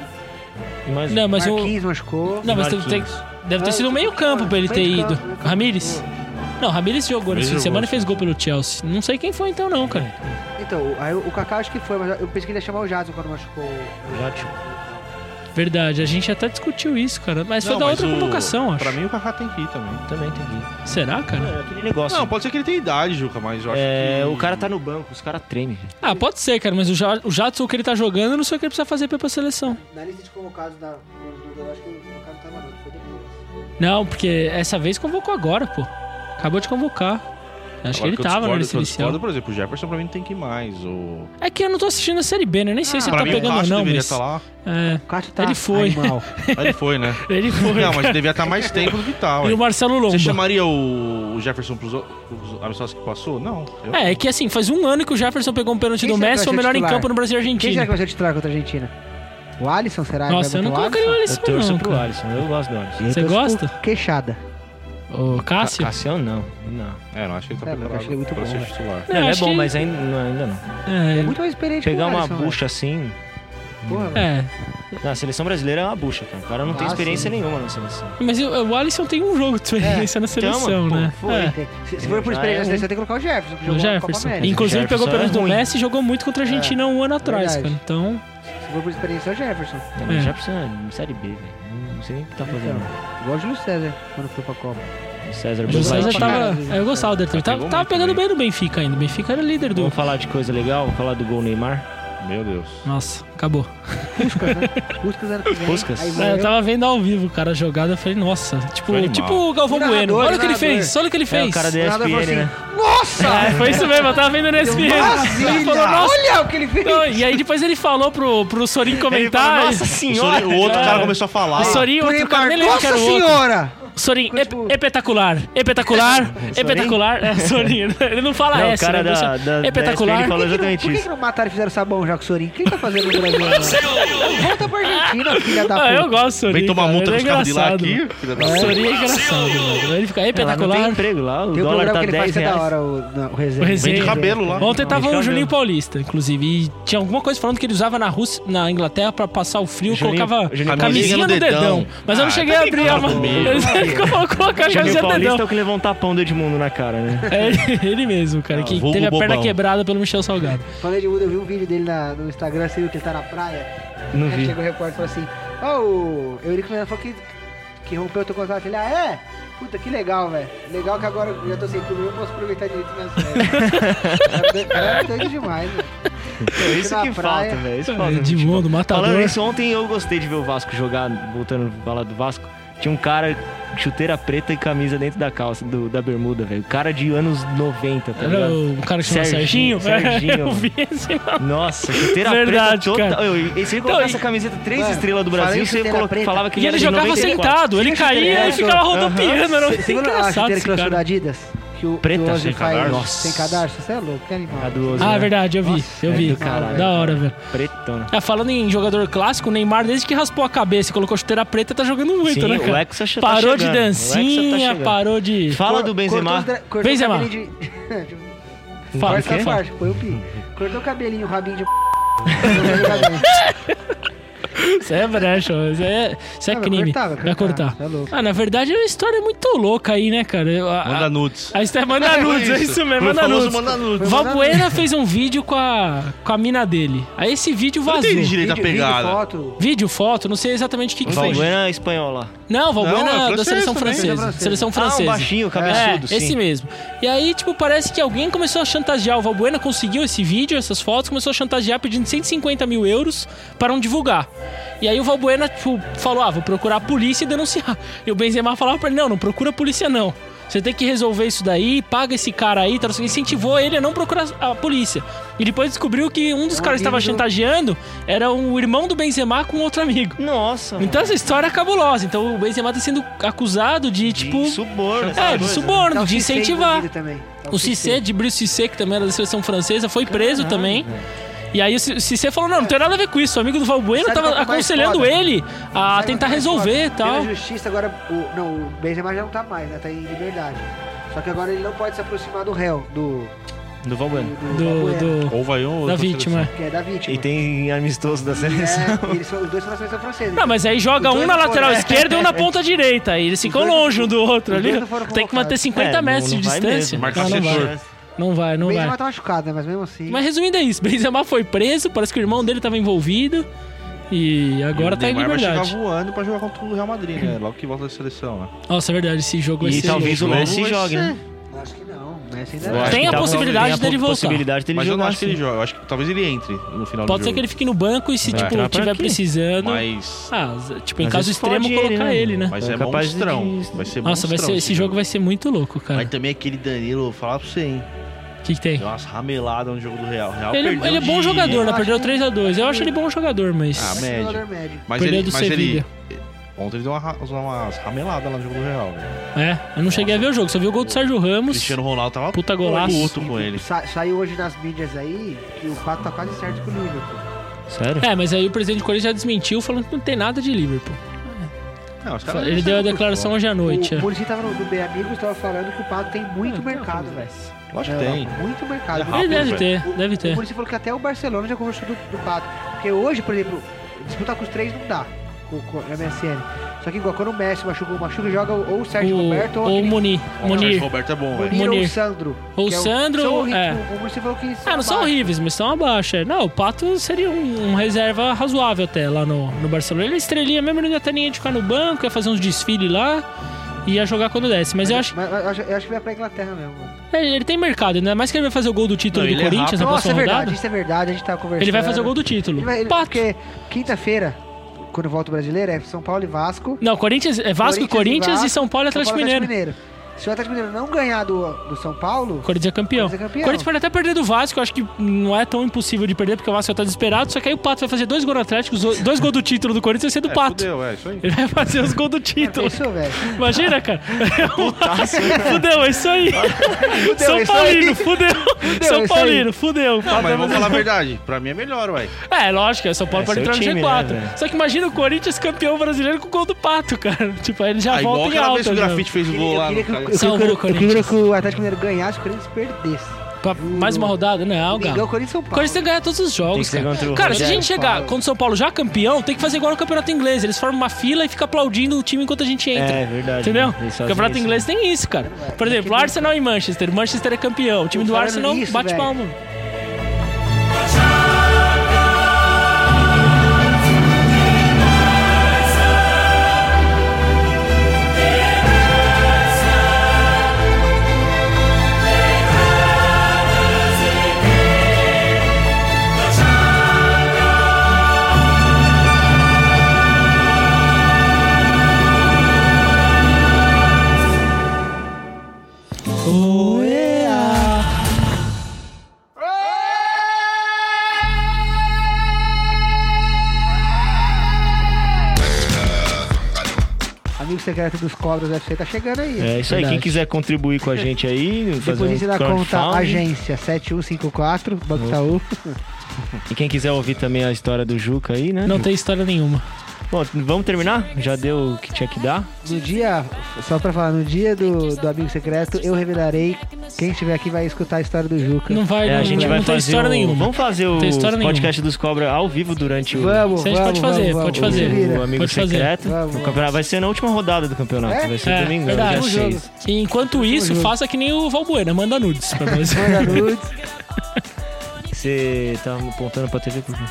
E mais um. Não, mas o. Marquinhos machucou. Ah, Não, mas teve, Marquinhos. tem- deve ter sido um meio campo pra ele ter ido. né? Ramires? Não, Ramires jogou nesse Ele fim de semana e jogou, fez gol pelo Chelsea. Não sei quem foi então, não, cara. Então, aí o Kaká acho que foi, mas eu pensei que ele ia chamar o Jadson quando machucou. o- Já tinha- Verdade, a gente até discutiu isso, cara. Mas foi Não, da mas outra o- convocação, acho. Pra mim o Kaká tem que ir também. Também tem que ir. Será, cara? Não, é aquele negócio. Não, pode ser que ele tenha idade, Juca, mas eu acho É, que... o cara tá no banco, os caras tremem. velho. Ah, pode ser, cara, mas o, ja o Jadson que ele tá jogando, eu não sei o que ele precisa fazer pra ir pra seleção. Na lista de convocados da. do- do- Eu acho que o Kaká não tava não, foi depois. Não, porque essa vez convocou agora, pô. Acabou de convocar. Acho que Agora ele eu tava na discordo- lista que eu inicial. discordo, por exemplo, o Jefferson pra mim não tem que ir mais. O... É que eu não tô assistindo a Série B, né? Nem sei se ele pra tá mim o pegando ou Cássio não, deveria mas... estar lá. É, O Cássio tá Ele foi. animal. Mas ele foi, né? ele foi. Não, mas devia estar mais tempo do que tá, ué. E o Marcelo Lomba. Você chamaria o o Jefferson pros o- pros amistades que passou? Não. eu- É, é que assim, faz um ano que o Jefferson pegou um pênalti Quem do será que Messi, vai ser o melhor em titular? campo no Brasil e Quem será Argentina. que vai ser titular contra a Argentina? O Alisson, será? Nossa, Vai eu não botar colocaria o Alisson? Eu Alisson, torço não, pro cara. Alisson, eu gosto do Alisson. Você Eu torço gosta? pro Queixada. Ô, Cássio? Cassiano não, não. É, não, acho que ele É, tá mas preparado acho que ele é muito pra bom, ser velho. titular. Não, ele é acho bom, que- mas ainda não, ainda não. É, Muito mais experiente Pegar que o uma Alisson, bucha assim. velho. Porra, velho. é. Na seleção brasileira é uma bucha, cara. O cara não tem Ah, experiência sim. nenhuma na seleção. Mas eu- o Alisson tem um jogo de experiência na então, seleção, pô, né? foi. É. Tem- Se, se for por Já experiência, é um. você tem que colocar o Jefferson, que O jogou na Copa Jefferson. América. Inclusive Jefferson pegou o é pênalti do ruim. Messi e jogou muito contra a Argentina um ano atrás, Verdade. cara. Então, Se for por experiência, é o Jefferson. Não, É. mas Já precisa de série B, velho. Não- Não sei nem o que tá fazendo. Igual o Júlio César, quando foi pra Copa. O César César o Bonatti. César pra tava. caralho. é, Eu gostava dele também. Pegou Tava, tava muito pegando bem. bem no Benfica ainda. O Benfica era líder do. Vamos falar de coisa legal, Vamos falar do gol Neymar. É, Meu Deus. Nossa, acabou. Puskas, né? Puskas ano que vem. Puskas. Aí É, vai Eu tava vendo ao vivo o cara jogado, eu falei, nossa, tipo, Foi animal. tipo o Galvão Narrador, Bueno. Olha o que ele narrador. fez, olha o que ele É fez. o cara da Nada falou ESPN, assim, né? É, foi isso mesmo, eu tava vendo no SPN. Ele falou, Maravilha! nossa, Olha o que ele fez! Não, e aí depois ele falou pro, pro Sorin Ele comentar. falou, Nossa O, Sorin- senhora! o outro cara. cara começou a falar. o Sorin, outro cara, nem lembro que Nossa era o outro. senhora! Sorin, Ficou tipo- espetacular, espetacular, espetacular. É, Sorin, ele não fala Não, o S, cara né? da, da, da SPN espetacular. falou Por que exatamente não- Por que, isso. que não mataram e fizeram sabão já com o Sorin? Quem tá fazendo no Brasil? Volta pra Argentina, filha da puta. Ah, eu gosto do Sorin. Vem tomar cara, multa ele é nos carros de lá engraçado, aqui. mano. filha O da puta. Sorin é engraçado, mano. Ele fica Ela não tem espetacular. emprego lá, o Tem um dólar programa tá que ele 10 faz que é reais. da hora, o, não, o resenha. O Resenha. Vem de cabelo lá. Ontem tava Deixa o eu Julinho ver. Paulista, inclusive, e tinha alguma coisa falando que ele usava na Rússia, na Inglaterra pra passar o frio, Julinho- colocava Julinho camisinha no Paulista. dedão. dedão. Mas eu não Ah, cheguei a tá abrir a mão. comigo. Ele colocou a Juninho camisinha no dedão. Paulista é o que levou um tapão do Edmundo na cara, né? É ele, ele mesmo, Ah, cara, que vulgo teve a perna bobão. quebrada pelo Michel Salgado. Falando de muda, eu vi um vídeo dele na- no Instagram, você viu que ele tá na praia? Não Aí vi. chegou o repórter e falou assim, ó, o Eurico Miranda falou que, que rompeu o teu contrato. Ele, ah, é? Puta, que legal, velho. Legal que agora eu já tô sem clube, eu posso aproveitar direito minhas férias. Era doido- Era doido demais, né? velho. É isso Na que praia. falta, velho. Isso falta no futebol. Edmundo, tá matador. tipo, Falando isso, ontem eu gostei de ver o Vasco jogar, voltando a falar do Vasco. Tinha um cara com chuteira preta e camisa dentro da calça, do- da bermuda, velho. Cara de anos 90, tá Era ligado? o cara que chama Serginho. Serginho, Serginho. eu vi esse mano. Nossa, chuteira Verdade, preta cara. total. Eu, e se ele colocasse Então, a camiseta três mano, estrelas do falei Brasil, de você chuteira colo- preta. falava que E ele ele era de jogava 94. sentado, ele Tira a caía chuteira, e ficava só. rodopiando. Era muito Você viu a engraçado chuteira esse que lançou da cara. Adidas? Que o, Preta, que o Ozzy sem faz cadarço? sem cadarço? Você é louco, que animal. A do Ozzy, Ah, né? é verdade, eu vi, eu é vi. do caralho. Da hora, velho. Pretona. Ah, falando em jogador clássico, o Neymar, desde que raspou a cabeça e colocou chuteira preta, tá jogando muito, Sim, né, o cara? Hexa tá Parou chegando, de o Hexa tá dancinha, chegando. parou de. Fala Cor- do Benzema. cortou os dra- Cortou Benzema. o cabelinho de... Fala, Corta o quê? essa parte, põe o pi. Cortou o cabelinho, o rabinho de... Cortou o cabelinho. Isso é brecha, isso é, isso é Não, vai crime. cortar, vai Vai cortar, cortar. tá louco. Ah, na verdade é uma história muito louca aí, né, cara? Eu- a- Manda a- nudes. A Esther manda nudes, é isso mesmo, Foi o manda famoso nudes. manda nudes. Manda Valbuena fez um vídeo com a, com a mina dele. Aí esse vídeo Não vazou. tem direito né? à Vídeo- vídeo, pegada. foto. Vídeo, foto, não sei exatamente o que, que foi. Valbuena é espanhola. Não, Valbuena Não, é da francês seleção também. francesa. Francesa. Ah, Seleção um francesa. baixinho, é, cabeçudo, sim. esse mesmo. E aí, tipo, parece que alguém começou a chantagear. O Valbuena conseguiu esse vídeo, essas fotos, começou a chantagear pedindo 150 mil euros para não divulgar. E aí o Valbuena, tipo, falou: ah, vou procurar a polícia e denunciar. E o Benzema falava pra ele: não, não procura a polícia, não. Você tem que resolver isso daí, paga esse cara aí, tá, não sei o quê. incentivou ele a não procurar a polícia. E depois descobriu que um dos caras que estava amigo. chantageando era o irmão do Benzema com outro amigo. Nossa. Então essa história é cabulosa. Então o Benzema tá sendo acusado de, tipo. de suborno. essa é, de coisa. suborno, Tá o de Cissé incentivar. envolvido também. Tá O Cissé, de Bruce Cissé, que também era da seleção francesa, foi preso também. E aí o C- o Cissé falou, não, não tem nada a ver com isso. O amigo do Valbuena Sabe tava qual que é mais aconselhando foda? ele Sabe a tentar qual que é mais resolver e foda? tal. Pela justiça agora, o, não, o Benzema já não tá mais, né? Tá em liberdade. Só que agora ele não pode se aproximar do réu, do... Então- Do Valbuena. Do... Do, do- do- Ou vai um ou da outra vítima. seleção. Que é da vítima. E tem amistoso da seleção. É, eles são, os dois são da seleção francesa. Não, mas aí joga Os um dois na não lateral foram- né? esquerda e um na ponta direita. Aí eles ficam dois não- longe um do outro os ali. dois não foram Tem que manter convocados. 50 É, metros não- de não vai distância. mesmo, Marcar Não, não setor. vai. Não vai, O não vai. Benzema tá machucado, né? Mas mesmo assim... Mas resumindo é isso, Benzema foi preso, parece que o irmão dele tava envolvido e agora E o tá em Neymar vai liberdade. chegar voando pra jogar contra o Real Madrid, né? Logo que volta da seleção, né? Nossa, é verdade, esse jogo vai E ser... talvez o jogo Messi vai jogue, né? Acho que não, o Messi ainda Eu acho não. Tem que a tá- possibilidade tem a dele voltar. possibilidade dele É. Mas eu jogar, não assim. acho que ele sim. joga. Eu acho que talvez ele entre no final Pode do ser jogo. que ele fique no banco e se, É. tipo, Entrar pra tiver quê? precisando... Mas... Ah, z- tipo, em Mas caso isso extremo, pode ele, colocar né? ele, né? Mas É é capaz de- monstrão. Vai ser Nossa, vai monstrão ser, esse jogo vai ser muito louco, Mas cara. também aquele Danilo, vou falar pra você, hein? O que, que tem? Deu umas rameladas no jogo do Real. O Real Ele, perdeu ele é bom de- jogador, né? acho Perdeu que- é. 3x2. Eu acho ele bom jogador, mas... Ah, Mas médio. é jogador médio. Mas Perdeu ele, do mas ele... Sevilha. Ontem ele deu uma ra- umas, rameladas lá no jogo do Real. velho. É, eu não cheguei a ver o jogo. Só vi o gol do Sérgio Ramos. Cristiano Ronaldo tava Puta golaço. puto com ele. Sa- saiu hoje nas mídias aí que o 4 tá quase certo com o Liverpool. Sério? É, mas aí o presidente do Corinthians já desmentiu, falando que não tem nada de Liverpool. Não, os caras Ele não deu a saíram declaração por hoje à noite. é O é. Muricy tava no do Bem Amigos, tava falando que o Pato tem muito mercado, velho. fora. Lógico que Não, tem. Muito mercado. Ele Muito Ah, Ah, Ele pô, deve velho. ter, deve ter. O Muricy falou que até o Barcelona já conversou do, do Pato. Porque hoje, por exemplo, disputar com os três não dá. Com, com a MSN. Só que igual quando o Messi machuca, o machuca joga ou o Sérgio Roberto O, ou, ou o aquele Moni. O Sérgio Monir. Roberto é bom, velho. Munir ou Munir. o Sandro. Ou que é Sandro, são horríveis. é. O Muricy falou que são Ah, não são abaixo. horríveis, mas estão abaixo. é. Não, o Pato seria um, um reserva razoável até lá no, no Barcelona. Ele é estrelinha mesmo, ele até nem ia ficar no banco, ia fazer uns desfiles lá e ia jogar quando desce. Mas eu acho Mas eu acho, eu acho que vai pra Inglaterra mesmo. mano. que ele ele tem mercado, ainda mais que ele vai fazer o gol do título Não, do ele é Corinthians na Nossa, próxima é verdade, rodada. isso é verdade, a gente tava conversando. Ele vai fazer o gol do título. Ele vai- ele- Pato. Porque quinta-feira, quando volta o brasileiro, é São Paulo e Vasco. Não, Corinthians, é Vasco, Corinthians, e São Paulo e Atlético Mineiro. Se o Atlético Mineiro não ganhar do, do São Paulo, Corinthians é campeão. Corinthians é campeão. Corinthians pode até perder do Vasco, eu acho que não é tão impossível de perder, porque o Vasco já tá desesperado. Só que aí o Pato vai fazer dois gols no Atlético, os dois- dois gols do título do Corinthians vai ser do É, Pato. fudeu, é isso aí. Ele vai fazer os gols do título. pensou, velho? Imagina, cara. fudeu, é isso aí. São é isso Paulino, aí. fudeu. é São isso Paulino, fudeu. Não, mas vamos falar a verdade. Pra mim é melhor, ué. É, lógico, São Paulo É, pode seu entrar time, né, no G4. velho? Só que imagina o Corinthians campeão brasileiro com o gol do Pato, cara. Tipo, aí ele já Ah, igual volta em aquela vez alta. que o né? Grafite fez o gol lá no Eu queria, que, cara. eu, Salvou queria, o eu Corinthians. queria que o Atlético Mineiro ganhasse, o Corinthians perdesse. Pra- Mais uma rodada? Não, Mingau, Galo. Corinthians e São O Paulo. Corinthians tem que ganhar todos os Tem jogos, que ser cara. contra o Cara, se a Rogério gente chegar Paulo. contra o São Paulo já campeão, tem que fazer igual no Campeonato Inglês. Eles formam uma fila e ficam aplaudindo o time enquanto a gente entra. É, verdade. Entendeu? Eles O fazem campeonato isso. né? inglês tem isso, cara. Por exemplo, o Arsenal e Manchester. O Manchester é campeão. O time Tô do falando Arsenal isso, bate velho. palma. Thank Amigo secreto dos cobras do UFC tá chegando aí. É isso aí. Verdade. Quem quiser contribuir com a gente aí, fazer um Deposite na conta crowdfunding. agência 7154, Banco Itaú. E quem quiser ouvir também a história do Juca aí, né? Não tem história nenhuma. Bom, vamos terminar? Já deu o que tinha que dar? No dia, só pra falar, no dia do, do Amigo Secreto, eu revelarei. Quem estiver aqui vai escutar a história do Juca. Não vai, É, não, a gente não vai tem fazer história o- nenhuma. Vamos fazer o Tem história nenhuma. podcast dos Cobra ao vivo durante o, Vamos, Isso a gente vamos, pode fazer, vamos, pode vamos. fazer. Se vira. o Amigo Pode fazer. Secreto. Vamos, O vamos. campeonato vai ser na última rodada do campeonato. É? Vai ser domingo, dia verdade. 6. E enquanto isso, faça que nem o Valbuena, manda nudes pra nós. Manda nudes. Você tá apontando pra TV por quê?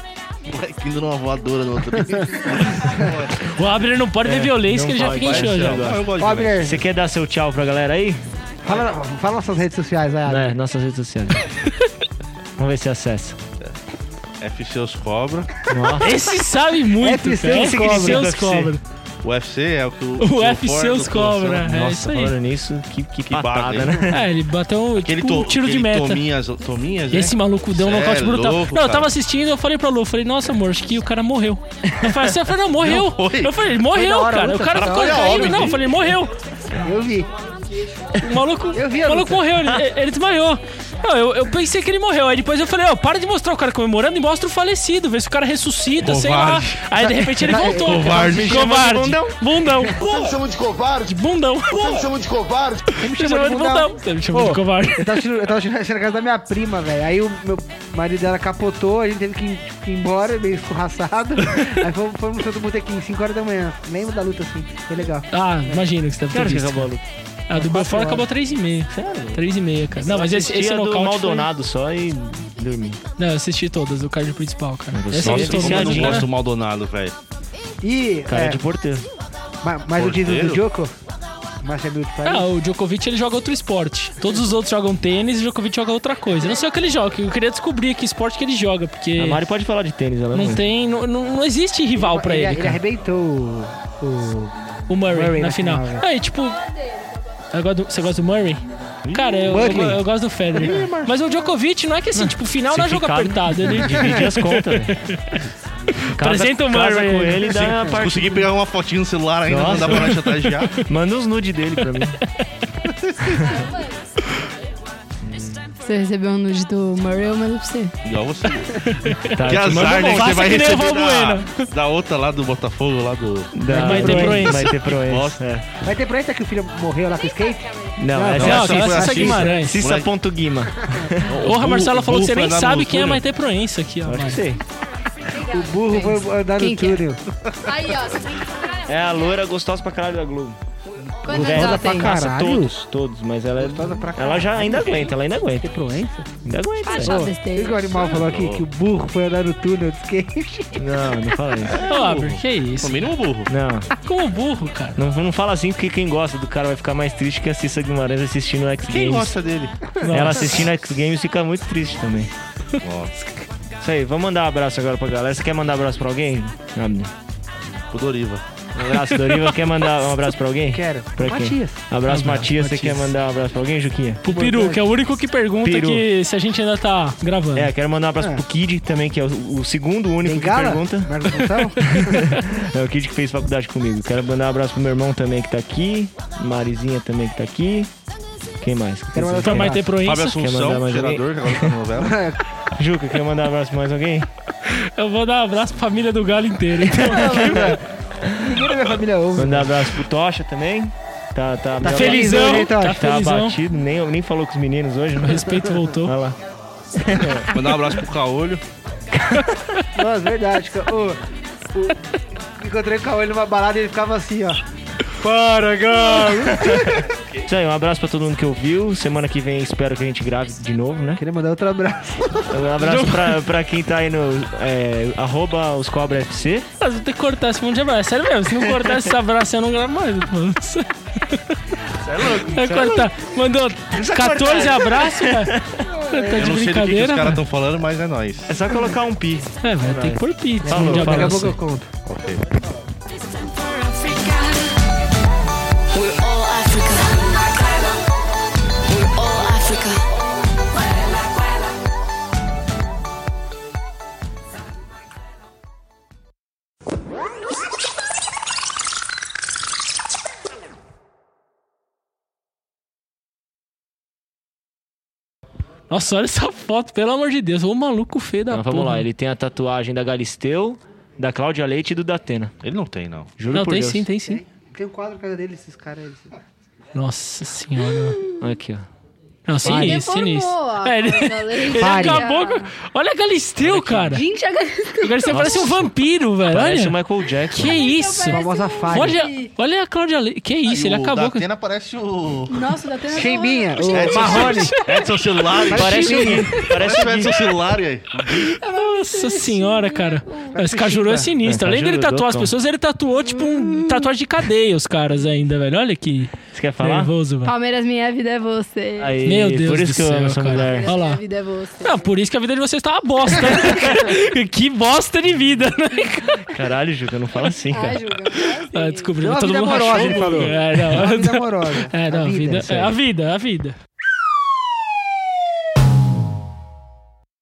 Caindo numa tá voadora no outro. o Abner não pode ver violência É, não que ele já vai, fica em vai, show já. vai. eu gosto Ó, Abner, Você quer dar seu tchau pra galera aí? fala, fala nossas redes sociais, aí, Abner. É, nossas redes sociais. Vamos ver se acessa. FC Os Cobra. Nossa. Esse sabe muito, FC cara. os cobra. FC os cobra. O UFC é o que o. O que UFC Ford os colocou, cobra. né? É Nossa, isso aí. falando nisso, que, que, patada, baga, hein? né? É, ele bateu Aquele tipo, um to- tiro de aquele meta. Tominhas, Tominhas, né? Esse maluco deu um Cê nocaute é brutal. louco, não, eu tava cara. assistindo, eu falei pra Lu, eu falei, nossa, amor, acho que o cara morreu. Eu falei, você falou, não, morreu. foi. eu falei, da morreu, hora a cara. O luta, cara cara. ficou Olha a caindo. obra, Não, eu falei, morreu. Né? Eu vi. O maluco, Eu vi a o maluco luta. morreu, ele, ele desmaiou. Não, eu, eu pensei que ele morreu. Aí depois eu falei, ó, para de mostrar o cara comemorando e mostra o falecido, vê se o cara ressuscita, sei lá. Covarde. Aí de repente ele voltou. Covarde. Covarde. Me chama Bundão. Como chamam de covarde? Bundão. Como chamam de covarde? Ele me Me chamou de bundão. Ele me chamou de Ô, covarde. Eu tava assistindo, eu tava assistindo a cena na casa da minha prima, velho. Aí o meu marido dela capotou, a gente teve que ir, que ir embora, meio escorraçado. Aí fomos, fomos pro Santo Botequim, 5 horas da manhã. Lembro da luta assim, foi legal. Ah, imagino que você deve Que ter horas que visto. acabou a luta? A É, do Belfort acabou 3,5. Sério? 3,5, cara. Não, mas esse, é Assistia esse é do nocaute foi... Maldonado só e dormi. Não, eu assisti todas, o card principal, cara. Você Essa é Nossa, eu tô como eu não viciadinho, vendo, né? gosto do cara. Maldonado, velho. E. Cara é, de porteiro. ma- mas o dia do porteiro? Joko? é Márcia Milton Paris. Ah, o Djokovic ele joga outro esporte. Todos os outros jogam tênis e o Djokovic joga outra coisa. Eu não sei o que ele joga, eu queria descobrir que esporte que ele joga, porque A Mari pode falar de tênis, ela não vai. tem. Não, não, não existe rival pra ele, cara. arrebentou o. o- O Murray, Murray na na final. final, Aí, tipo. eu gosto do- você gosta do Murray? Cara, eu, eu, Murray. eu gosto do Federer. Mas o Djokovic não é que assim, tipo, final Se não é jogo ficar, apertado. Ele Divide as contas, velho. Casa- Apresenta o casa Murray com aí. ele e dá a parte. Consegui pegar uma fotinha no celular ainda, Nossa. mandar pra lá chantagear. Manda uns nude dele pra mim. Você recebeu um nude do Murray, eu mando é pra você. Igual você. Tá, Que te mando azar, um né? Que você Faça vai que nem o receber da, Valbuena. da outra lá do Botafogo, lá do. da- Vai ter Proença. é Vai ter proença. Bosta. é. Vai ter preta que o filho morreu lá com o skate? Não, essa não, é essa a é Cissa. Guimarães. Cissa ponto Guima. É Porra, a Marcela falou que você nem Bufla da sabe quem é Mostura. Maite Proença aqui, ó. Acho que Mari. sei. O burro foi andar no Quem que é? túnel. Aí, ó, tá você tem que falar. É a loira gostosa pra caralho da Globo. Quantos Velha anos ela tem? pra caça, Caralho. todos, todos, mas ela é- Gostosa pra Ela já ainda aguenta, ela ainda aguenta. Proença? Ainda aguenta, Faz velho. uma O que o besteira. animal falou aqui? Tá Que o burro foi andar no túnel de skate. Não, não fala isso. Ô, Abner, que isso? No mínimo burro. Não, Como burro, cara. não, não fala assim porque quem gosta do cara vai ficar mais triste que a Cissa Guimarães assistindo o X Games. Quem gosta dele? Ela assistindo X Games fica muito triste também. Isso aí, vamos mandar um abraço agora pra galera. Você quer mandar um abraço pra alguém? Abner? O Doriva. Um abraço, Doriva. quer mandar um abraço pra alguém? Quero. Pra quem? Matias. Abraço, Matias. Você Matias. quer mandar um abraço pra alguém, Juquinha? Pro Peru, que é o único que pergunta Peru. que se a gente ainda tá gravando. É, quero mandar um Ah. abraço pro Kid também, que é o, o segundo único que Bengala? pergunta. Marcos Gonçalves? É o Kid que fez faculdade comigo. Quero mandar um abraço pro meu irmão também que tá aqui. Marizinha também que tá aqui. Quem mais? Quero mandar Pra Quem Maite Fábio Proença, mandar Assunção, mais gerador, que agora tá na novela. mais? Juca, quer mandar um abraço pra mais alguém? eu vou dar um abraço pra família do Galo inteira. Então, Ninguém da minha família ouve. Mandar um abraço pro Tocha também. Tá, tá, tá felizão, hoje, hein, tá Tá Tocha? felizão. abatido, nem, nem falou com os meninos hoje, O né? respeito voltou. Olha lá. Mandar um abraço pro Caolho. Nossa, verdade. cara. Ô, o- Encontrei com ele numa balada e ele ficava assim, ó. Para, Galo! Isso aí, um abraço pra todo mundo que ouviu. Semana que vem espero que a gente grave de novo, né? Queria mandar outro abraço. Um abraço pra, pra quem tá aí no é, arroba os Cobra FC. Mas vou ter que cortar esse monte de abraço. Sério mesmo, se não cortar esse abraço, eu não gravo mais. Mano. Você é louco. Vai cortar. Mandou 14 abraços, cara. Tá Eu de não sei do que, que os brincadeira, caras mano. estão falando, mas é nóis. É só colocar um pi. É, vai ter que pôr pizza. um Falou, monte de falou. Daqui a abraço. pouco eu conto. We're all Africa. We're all Africa. Nossa, olha essa foto, pelo amor de Deus. Ô maluco feio da Então, vamos porra. lá, ele tem a tatuagem da Galisteu, da Cláudia Leite e do Datena. Ele não tem, não. Juro Não, por tem Deus. sim, tem sim. Tem um quadro por causa dele, esses caras. Eles... Nossa senhora. Aqui, ó. Não, Ele sinistro, sinistro. deformou a É, ele coisa, Leite. ele Pare. acabou com... Olha a Galisteu, cara. Gente, a O Galisteu parece um vampiro, velho. Parece Olha. o Michael Jackson. Que isso. parece Famosa um- falha. Olha, olha a Cláudia Leite. Que isso, ele acabou com... com... Atena parece o... Nossa, dá até uma- Cheiminha, o Edson Marrone. Edson Celulari. Parece o Gui. Parece o o Edson Gui. Celulari aí. Nossa senhora, cara. Esse Cajuru é sinistro. É, Além dele Cajuru, tatuar as doutor. pessoas, ele tatuou, tipo, Hum. um tatuagem de cadeia os caras ainda, velho. Olha que Você quer falar? nervoso, velho. Palmeiras, minha vida é você. Aí, Meu Deus Por isso do que eu céu, amo essa cara. mulher. Palmeiras, Olha lá. minha vida é você. Não, por isso que a vida de vocês tá uma bosta. né? que bosta de vida, né? Caralho, Juca, não fala assim, Ah, cara. julga. fala assim. Ah, descobri. Deu uma Todo vida mundo amorosa, rachou. ele falou. É, não. Uma vida amorosa. É, não, a vida, isso aí. é, a vida, a vida.